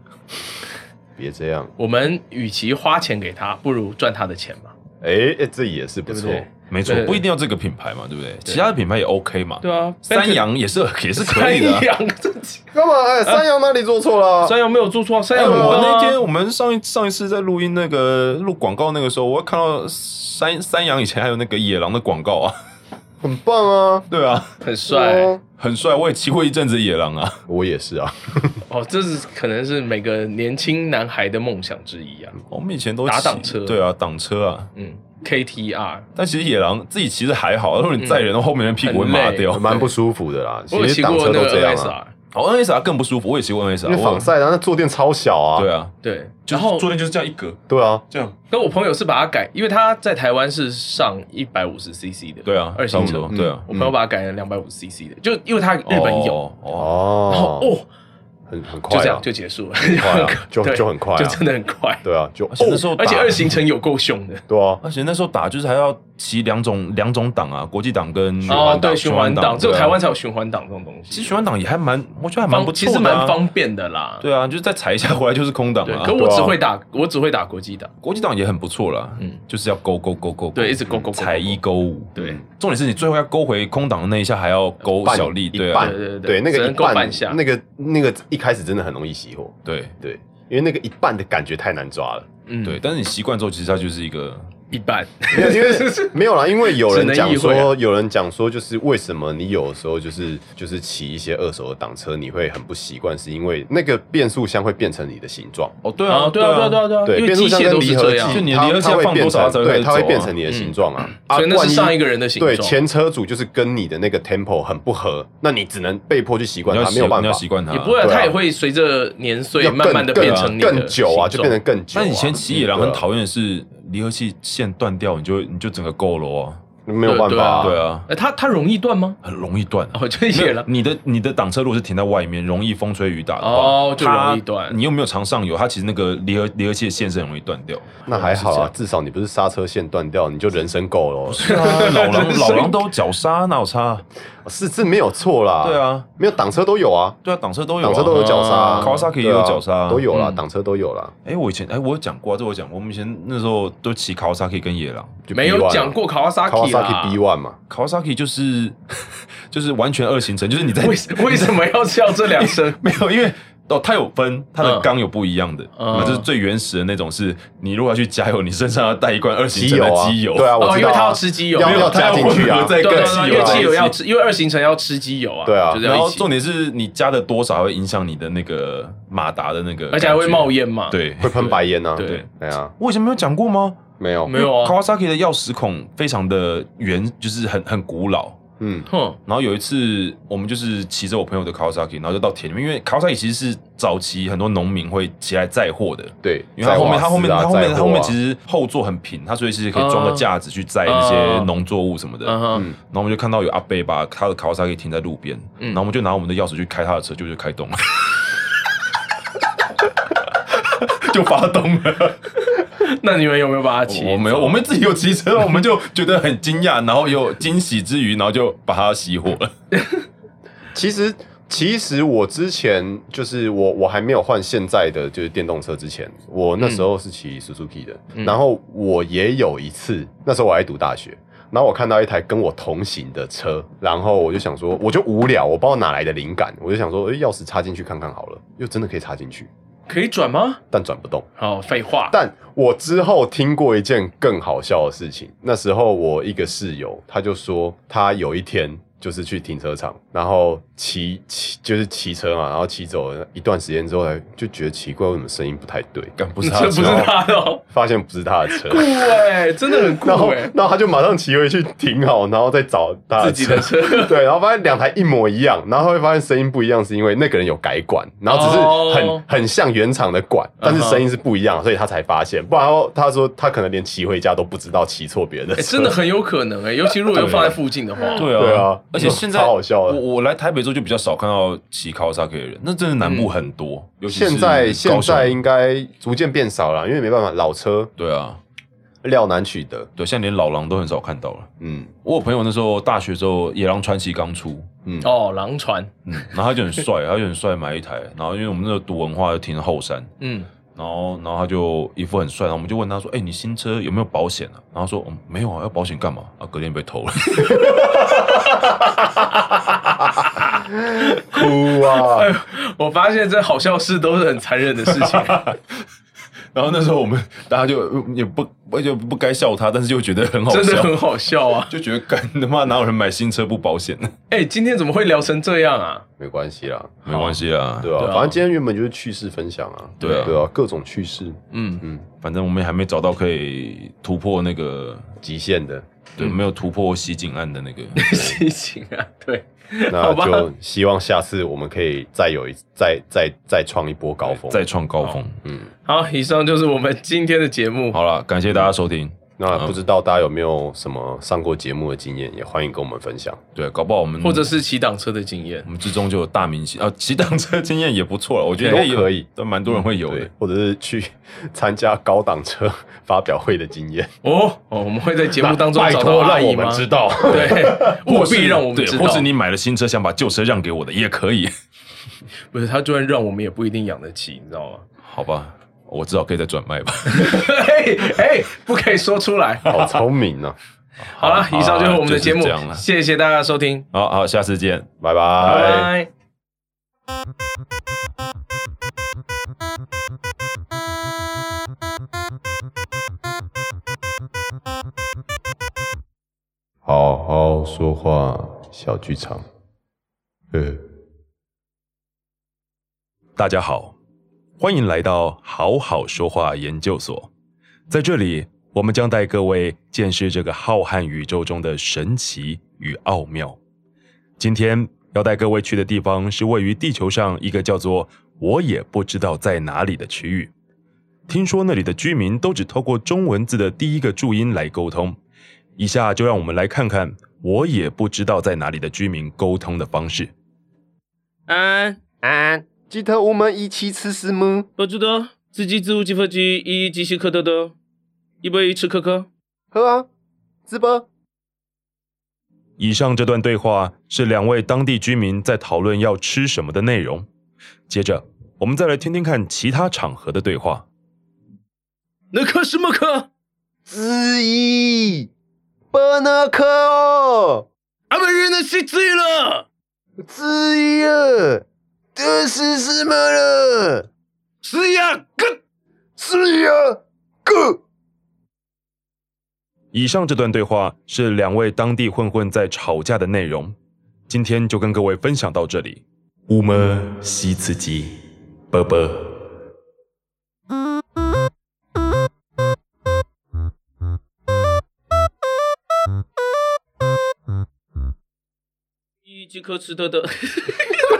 [SPEAKER 3] 别这样，
[SPEAKER 2] 我们与其花钱给他，不如赚他的钱嘛，
[SPEAKER 3] 哎，哎这也是不
[SPEAKER 2] 对不
[SPEAKER 3] 错
[SPEAKER 2] 对。？
[SPEAKER 1] 没错
[SPEAKER 2] 对，
[SPEAKER 1] 不一定要这个品牌嘛，对不对？其他的品牌也 OK 嘛。
[SPEAKER 2] 对啊，
[SPEAKER 1] 三洋也是 也是可 以的啊
[SPEAKER 2] 三。羊自己，
[SPEAKER 3] 干嘛？哎，三羊哪里做错了啊？
[SPEAKER 2] 三羊没有做错啊，三
[SPEAKER 1] 哎，
[SPEAKER 2] 羊
[SPEAKER 1] 我
[SPEAKER 2] 我
[SPEAKER 1] 那天我们上一上一次在录音那个录广告那个时候，我看到山山羊以前还有那个野狼的广告啊，
[SPEAKER 3] 很棒啊！
[SPEAKER 1] 对啊，
[SPEAKER 2] 很帅
[SPEAKER 3] 哦，
[SPEAKER 1] 很帅，我也骑过一阵子野狼啊，
[SPEAKER 3] 我也是 啊。
[SPEAKER 2] 哦，这是可能是每个年轻男孩的梦想之一啊。
[SPEAKER 1] 我们以前都
[SPEAKER 2] 打
[SPEAKER 1] 骑
[SPEAKER 2] 挡车
[SPEAKER 1] 对啊，挡车啊。
[SPEAKER 2] 嗯，KTR，
[SPEAKER 1] 但其实野狼自己骑是还好，如果你载人的话，后面的屁股会麻掉
[SPEAKER 2] 嗯很。累
[SPEAKER 3] 蛮不舒服的啦。
[SPEAKER 2] 我有骑
[SPEAKER 3] 其实挡
[SPEAKER 2] 过
[SPEAKER 3] 车
[SPEAKER 2] 那
[SPEAKER 3] 都这
[SPEAKER 2] 个
[SPEAKER 3] 样
[SPEAKER 2] s r
[SPEAKER 3] 啊，
[SPEAKER 1] 哦，NSR 更不舒服，我也骑过 NSR，
[SPEAKER 3] 因为
[SPEAKER 1] 我
[SPEAKER 3] 防晒啊，那坐垫超小啊。
[SPEAKER 1] 对啊，
[SPEAKER 2] 对，
[SPEAKER 1] 就
[SPEAKER 2] 然后
[SPEAKER 1] 坐垫就是这样一格，
[SPEAKER 3] 对啊，
[SPEAKER 1] 这样
[SPEAKER 2] 跟我朋友是把它改，因为他在台湾是上一百五十 CC 的，
[SPEAKER 1] 对啊，
[SPEAKER 2] 二
[SPEAKER 1] 差
[SPEAKER 2] 型
[SPEAKER 1] 不
[SPEAKER 2] 车嗯
[SPEAKER 1] 多，，对啊，
[SPEAKER 2] 我朋友把它改成两百五 CC 的，就因为他嗯日本有，
[SPEAKER 1] 哦哦，
[SPEAKER 2] 然后
[SPEAKER 3] 哦，
[SPEAKER 2] 哦，
[SPEAKER 3] 很很快
[SPEAKER 2] 就
[SPEAKER 3] 啊，
[SPEAKER 2] 这样就结束了，
[SPEAKER 3] 快 啊就
[SPEAKER 2] 对
[SPEAKER 3] 就很快啊
[SPEAKER 2] 就真的很快，
[SPEAKER 3] 对啊，就哦
[SPEAKER 1] 而且那时候打
[SPEAKER 2] 而且二行程有够凶的，
[SPEAKER 3] 对啊，
[SPEAKER 1] 而且那时候打就是还要骑两种两种档啊，国际档跟
[SPEAKER 2] 哦，对，循环
[SPEAKER 1] 档，
[SPEAKER 2] 档，只有
[SPEAKER 1] 对啊
[SPEAKER 2] 台湾才有循环档这种东西，
[SPEAKER 1] 其实循环档也还蛮，我觉得还蛮
[SPEAKER 2] 方
[SPEAKER 1] 不
[SPEAKER 2] 其
[SPEAKER 1] 错的、啊，
[SPEAKER 2] 实蛮。方便的啦，
[SPEAKER 1] 对啊，就是再踩一下回来就是空档
[SPEAKER 2] 对
[SPEAKER 1] 了、，
[SPEAKER 2] 可
[SPEAKER 1] 啊。
[SPEAKER 2] 我只
[SPEAKER 3] 对啊
[SPEAKER 2] 会打我只会打国际档，
[SPEAKER 1] 国际档也很不错啦，
[SPEAKER 2] 嗯
[SPEAKER 1] 嗯，就是要勾勾勾勾，勾
[SPEAKER 2] 对一直勾勾勾勾勾
[SPEAKER 1] 踩一勾五。
[SPEAKER 2] 嗯
[SPEAKER 1] 嗯
[SPEAKER 2] 对
[SPEAKER 1] 重点是你最后要勾回空档的那一下，还要勾
[SPEAKER 3] 半
[SPEAKER 1] 小力，对
[SPEAKER 3] 一
[SPEAKER 1] 啊
[SPEAKER 3] 半，，
[SPEAKER 2] 对对对
[SPEAKER 3] 对，那
[SPEAKER 2] 只
[SPEAKER 3] 个
[SPEAKER 2] 能
[SPEAKER 3] 一
[SPEAKER 2] 够
[SPEAKER 3] 半
[SPEAKER 2] 半下
[SPEAKER 3] 那个那个一开始真的很容易熄火，
[SPEAKER 1] 对
[SPEAKER 3] 对，因为那个一半的感觉太难抓了，
[SPEAKER 2] 嗯，
[SPEAKER 1] 对。，但是你习惯之后，其实它就是一个，
[SPEAKER 2] 一半，
[SPEAKER 3] 因为因 为没有啦，因为有人讲
[SPEAKER 2] 只能意会啊
[SPEAKER 3] 说，有人讲说，就是为什么你有的时候就是就是骑一些二手的挡车，你会很不习惯，是因为那个变速箱会变成你的形状。
[SPEAKER 1] 哦，对
[SPEAKER 2] 啊，对啊，对啊，对啊，对啊，
[SPEAKER 3] 对，
[SPEAKER 2] 因为
[SPEAKER 3] 变
[SPEAKER 2] 机
[SPEAKER 3] 速箱
[SPEAKER 2] 械
[SPEAKER 3] 跟
[SPEAKER 2] 都是
[SPEAKER 3] 离
[SPEAKER 2] 这
[SPEAKER 3] 合
[SPEAKER 2] 样
[SPEAKER 3] 器，，
[SPEAKER 1] 就你的
[SPEAKER 3] 它
[SPEAKER 1] 离合器
[SPEAKER 3] 它会
[SPEAKER 1] 要放
[SPEAKER 3] 变
[SPEAKER 1] 多少
[SPEAKER 3] 成
[SPEAKER 1] 它才会开始
[SPEAKER 3] 对，它
[SPEAKER 1] 走
[SPEAKER 3] 会
[SPEAKER 1] 啊嗯
[SPEAKER 3] 变成你的形状啊。啊
[SPEAKER 2] 所以那是
[SPEAKER 3] 万
[SPEAKER 2] 上一个人的形状
[SPEAKER 3] 对，前车主就是跟你的那个 tempo 很不合，那你只能被迫去习
[SPEAKER 1] 你
[SPEAKER 3] 惯
[SPEAKER 1] 要
[SPEAKER 3] 它，没
[SPEAKER 1] 习
[SPEAKER 3] 有办
[SPEAKER 1] 你
[SPEAKER 3] 法
[SPEAKER 1] 要。习惯它。
[SPEAKER 2] 也不会啊，
[SPEAKER 3] 对啊
[SPEAKER 2] 它也会随着年岁
[SPEAKER 3] 要
[SPEAKER 2] 慢慢的变成
[SPEAKER 3] 更
[SPEAKER 2] 你的
[SPEAKER 3] 更久啊，
[SPEAKER 2] 形状
[SPEAKER 3] 就变成更久啊。
[SPEAKER 1] 但以前骑野狼很
[SPEAKER 3] 对啊
[SPEAKER 1] 讨厌的是离合器线断掉，你就你就整个够了啊，
[SPEAKER 3] 没有办法啊，
[SPEAKER 1] 对啊，
[SPEAKER 2] 呃，它它容易断吗？
[SPEAKER 1] 很容易断啊。
[SPEAKER 2] 哦，就野狼，
[SPEAKER 1] 你的你的挡车如果是停在外面，容易风吹雨打的话，
[SPEAKER 2] 哦就
[SPEAKER 1] 它
[SPEAKER 2] 容易断
[SPEAKER 1] 你又没有常上油，它其实那个离合离合器的线是很容易断掉。
[SPEAKER 3] 那还好
[SPEAKER 1] 是这
[SPEAKER 3] 啊
[SPEAKER 1] 样，
[SPEAKER 3] 至少你不是刹车线断掉，你就人生够了哦。
[SPEAKER 1] 是啊，老狼
[SPEAKER 2] 是
[SPEAKER 1] 老狼都有绞杀，哪有差？
[SPEAKER 3] 哦是是没有错啦，
[SPEAKER 1] 对，啊，
[SPEAKER 3] 没有挡车都有啊，
[SPEAKER 1] 对啊，挡车都有、啊，
[SPEAKER 3] 挡车都有绞
[SPEAKER 2] 啊
[SPEAKER 3] 杀
[SPEAKER 1] ，Kawasaki 也有啊绞杀、
[SPEAKER 3] 都。有啦，
[SPEAKER 2] 嗯
[SPEAKER 3] 挡车都有啦。
[SPEAKER 1] 哎、我以前哎、我有讲过、啊，这我有讲过，我们以前那时候都骑 Kawasaki 跟野狼
[SPEAKER 3] 就 B1 啊
[SPEAKER 2] 没有讲过 Kawasaki 啦
[SPEAKER 3] Kawasaki B One 嘛，
[SPEAKER 1] ，Kawasaki 就是 就是完全二行程，就是你在
[SPEAKER 2] 为什为什么要叫这两声？
[SPEAKER 1] 没有，因为哦，它有分，它的
[SPEAKER 2] 嗯
[SPEAKER 1] 缸有不一样的，
[SPEAKER 2] 嗯
[SPEAKER 1] 那、就是最原始的那种是，你如果要去加油，你身上要带一罐二级
[SPEAKER 3] 机
[SPEAKER 1] 整的
[SPEAKER 3] 油啊，
[SPEAKER 1] 机油，
[SPEAKER 3] 对啊，
[SPEAKER 2] 哦
[SPEAKER 3] 我知
[SPEAKER 2] 因为
[SPEAKER 3] 道
[SPEAKER 2] 它
[SPEAKER 3] 啊
[SPEAKER 2] 要吃机油
[SPEAKER 3] 要
[SPEAKER 1] 没有
[SPEAKER 3] 要加进去
[SPEAKER 1] 它要混
[SPEAKER 3] 啊
[SPEAKER 1] 合。在
[SPEAKER 2] 对对
[SPEAKER 1] 跟
[SPEAKER 2] 对，
[SPEAKER 1] 汽
[SPEAKER 2] 因为
[SPEAKER 1] 油
[SPEAKER 2] 汽油
[SPEAKER 1] 在
[SPEAKER 2] 要
[SPEAKER 1] 一起。
[SPEAKER 2] 吃，因为二行程要吃机油啊，
[SPEAKER 3] 对啊
[SPEAKER 2] 就是
[SPEAKER 1] 然
[SPEAKER 2] 要一
[SPEAKER 1] 后
[SPEAKER 2] 起
[SPEAKER 1] 重，点是你加的多少还会影响你的那个马达的那个，
[SPEAKER 2] 而且还会冒。烟嘛，，
[SPEAKER 1] 对，
[SPEAKER 3] 会喷白烟啊，
[SPEAKER 2] 对
[SPEAKER 3] 对啊，
[SPEAKER 1] 我以前没有讲过吗？
[SPEAKER 3] 没有，
[SPEAKER 2] 没有啊
[SPEAKER 1] Kawasaki 的钥匙孔非常的圆，就是很很古老。
[SPEAKER 3] 嗯，
[SPEAKER 2] 哼，
[SPEAKER 1] 然后有一次，我们就是骑着我朋友的 Kawasaki，然后就到田里面，因为 Kawasaki 其实是早期很多农民会骑来载货的，
[SPEAKER 3] 对，
[SPEAKER 1] 因为它后
[SPEAKER 3] 啊
[SPEAKER 1] 面它后面它后面它后面其
[SPEAKER 3] 实
[SPEAKER 1] 实后座很平，它所以其实可以装个架子去载那些农作物什么的。
[SPEAKER 2] 嗯哼，
[SPEAKER 3] 嗯
[SPEAKER 1] 然后我们就看到有阿贝把他的卡 a 萨给停在路边，
[SPEAKER 2] 嗯
[SPEAKER 1] 然后我们就拿我们的钥匙去开他的车，就就开动了，就发动了。
[SPEAKER 2] 那你们有没 有把它骑？
[SPEAKER 1] 哦我没有，我们自己有骑车， 我们就觉得很惊讶，然后有惊喜之余，然后就把它熄火了。
[SPEAKER 3] 其实。其实我之前就是我，我还没有换现在的就是电动车之前，我
[SPEAKER 1] 嗯
[SPEAKER 3] 那时候是骑 Suzuki 的。
[SPEAKER 2] 嗯
[SPEAKER 3] 然后我也有一次，那时候我还读大学，然后我看到一台跟我同行的车，然后我就想说，我就无聊，我不知道哪来的灵感，我就想说，哎，钥匙插进去看看好了，又真的可以插进去，
[SPEAKER 2] 可以转吗？
[SPEAKER 3] 但转不动。
[SPEAKER 2] 哦，废话，
[SPEAKER 3] 但我之后听过一件更好笑的事情，那时候我一个室友，他就说他有一天就是去停车场，然后骑骑就是骑车嘛，然后骑走了一段时间之后，就觉得奇怪，为什么声音不太对，
[SPEAKER 1] 干不是他
[SPEAKER 2] 这
[SPEAKER 1] 的车
[SPEAKER 2] 不是
[SPEAKER 1] 哦，
[SPEAKER 2] 他的哦，
[SPEAKER 3] 发现不是他的 车
[SPEAKER 2] 酷。哎，真的很酷
[SPEAKER 3] 然后，
[SPEAKER 2] 哎，
[SPEAKER 3] 然后他就马上骑回去停好，然后再找他
[SPEAKER 2] 自己的车
[SPEAKER 3] 对，然后发现两台一模一样，然后会发现声音不一样，是因为那个人有改管，然后只是很、
[SPEAKER 2] 哦
[SPEAKER 3] 很像原厂的管，但是声音是不一样，所以他才发现。不然他说他可能连骑回家都不知道骑错别人的车。
[SPEAKER 2] 哎，真的很有可能哎，尤其如果又放在附近的话，
[SPEAKER 1] 对啊，
[SPEAKER 3] 对啊
[SPEAKER 1] 而且现在
[SPEAKER 3] 超好笑
[SPEAKER 1] 我
[SPEAKER 3] 的
[SPEAKER 1] 我来台北之后就比较少看到骑 Kawasaki 的人，那真的南部很多，尤其是
[SPEAKER 3] 嗯现在现
[SPEAKER 1] 高雄
[SPEAKER 3] 在应该逐渐变少了，因为没办法，老车
[SPEAKER 1] 对啊，
[SPEAKER 3] 料难取得。
[SPEAKER 1] 对，现在连老狼都很少看到了。
[SPEAKER 3] 嗯
[SPEAKER 1] 我有朋友那时候大学时候，野狼传奇刚出，
[SPEAKER 3] 嗯，
[SPEAKER 2] 哦，狼船，
[SPEAKER 1] 嗯，然后他就很帅，他就很帅，买一台。然后因为我们那时候读文化，就停了后山，
[SPEAKER 2] 嗯，
[SPEAKER 1] 然后然后他就一副很帅，然后我们就问他说：“哎、你新车有没有保险啊？”然后说：“嗯，没有啊，要保险干嘛？”啊，隔天被偷了。
[SPEAKER 3] 哭啊！
[SPEAKER 2] 我发现这好笑事都是很残忍 的事情。
[SPEAKER 1] 然后那时候我们大家就呃也不就不该笑他，但是又觉得很好
[SPEAKER 2] 真的
[SPEAKER 1] 笑，
[SPEAKER 2] 很好笑啊！
[SPEAKER 1] 就觉得干他妈哪有人买新车不保险呢？
[SPEAKER 2] 哎、今天怎么会聊成这样啊？
[SPEAKER 3] 没关系啦，
[SPEAKER 1] 没关系啊，
[SPEAKER 3] 对啊，
[SPEAKER 2] 对啊
[SPEAKER 3] 反正今天原本就是趣事分享啊，
[SPEAKER 1] 对啊
[SPEAKER 3] 对啊，各种趣事，
[SPEAKER 2] 嗯，
[SPEAKER 3] 嗯，
[SPEAKER 1] 反正我们也还没找到可以突破那个，
[SPEAKER 3] 极限的，
[SPEAKER 1] 对，没有突破袭警案的 那个。
[SPEAKER 2] 事情啊，对，好
[SPEAKER 3] 那
[SPEAKER 2] 吧
[SPEAKER 3] 就希望下次我们可以再有一再再再创一波高峰，
[SPEAKER 1] 再创高峰。
[SPEAKER 3] 嗯，
[SPEAKER 2] 好，以上就是我们今天的节目。
[SPEAKER 1] 好了，感谢大家收听。
[SPEAKER 3] 那不知道大家有没有什么上过节目的经验，也欢迎跟我们分享。
[SPEAKER 1] 对，搞不好我们
[SPEAKER 2] 或者是骑挡车的经验
[SPEAKER 1] 我，们之中就有大明星啊，骑单车经验也不错了，我觉得
[SPEAKER 3] 对
[SPEAKER 1] 也嗯
[SPEAKER 3] 都可以，
[SPEAKER 1] 都蛮多人会有
[SPEAKER 3] 对
[SPEAKER 1] 的。，
[SPEAKER 3] 或者是去参加高档车发表会的经验，
[SPEAKER 2] 哦哦，我们会在节目当中
[SPEAKER 3] 拜
[SPEAKER 2] 找到
[SPEAKER 3] 托
[SPEAKER 2] 阿
[SPEAKER 3] 让我
[SPEAKER 2] 姨
[SPEAKER 3] 们
[SPEAKER 2] 吗？
[SPEAKER 3] 知道。
[SPEAKER 2] 对，务
[SPEAKER 1] 是
[SPEAKER 2] 必让我们
[SPEAKER 1] 对
[SPEAKER 2] 知道。
[SPEAKER 1] 或是你买了新车想把旧车让给我的也可以，
[SPEAKER 2] 不是他，就算让我们也不一定养得起，你知道吗？
[SPEAKER 1] 好吧？我至少可以再转卖吧。
[SPEAKER 2] 哎哎，不可以说出来。
[SPEAKER 3] 好聪明 啊！
[SPEAKER 2] 好了，以上就是我们的节目
[SPEAKER 1] 就是这样，了
[SPEAKER 2] 谢谢大家收听，
[SPEAKER 1] 好好，下次见。
[SPEAKER 3] 拜
[SPEAKER 2] 拜
[SPEAKER 3] 拜。
[SPEAKER 2] 拜。
[SPEAKER 3] 好好说话，小剧场。呃。
[SPEAKER 1] 大家好，欢迎来到好好说话研究所。在这里，我们将带各位见识这个浩瀚宇宙中的神奇与奥妙。今天要带各位去的地方是位于地球上一个叫做“我也不知道在哪里”的区域。听说那里的居民都只透过中文字的第一个注音来沟通。以下就让我们来看看“我也不知道在哪里”的居民沟通的方式。
[SPEAKER 5] 安安，
[SPEAKER 3] 记得我们一起吃什么？
[SPEAKER 5] 不知道，自己自物积分机一一机器克特的，一杯一吃可可。
[SPEAKER 3] 喝啊，吃吧。
[SPEAKER 1] 以上这段对话是两位当地居民在讨论要吃什么的内容。接着，我们再来听听看其他场合的对话。
[SPEAKER 5] 那可什么可？
[SPEAKER 3] 之一，巴纳克哦，
[SPEAKER 5] 俺们人的是醉了，
[SPEAKER 3] 之一了，哎这是什么了？
[SPEAKER 5] 是呀，哥，
[SPEAKER 3] 是呀，哥。
[SPEAKER 1] 以上这段对话是两位当地混混在吵架的内容。今天就跟各位分享到这里。乌么西刺激，啵啵。
[SPEAKER 5] 一机克吃特的。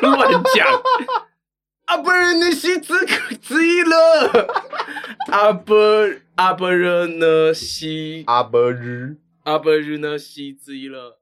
[SPEAKER 2] 乱讲。阿伯人的西子可之一了，阿伯阿伯人的西
[SPEAKER 3] 阿伯日。
[SPEAKER 2] 阿伯人的西之一了。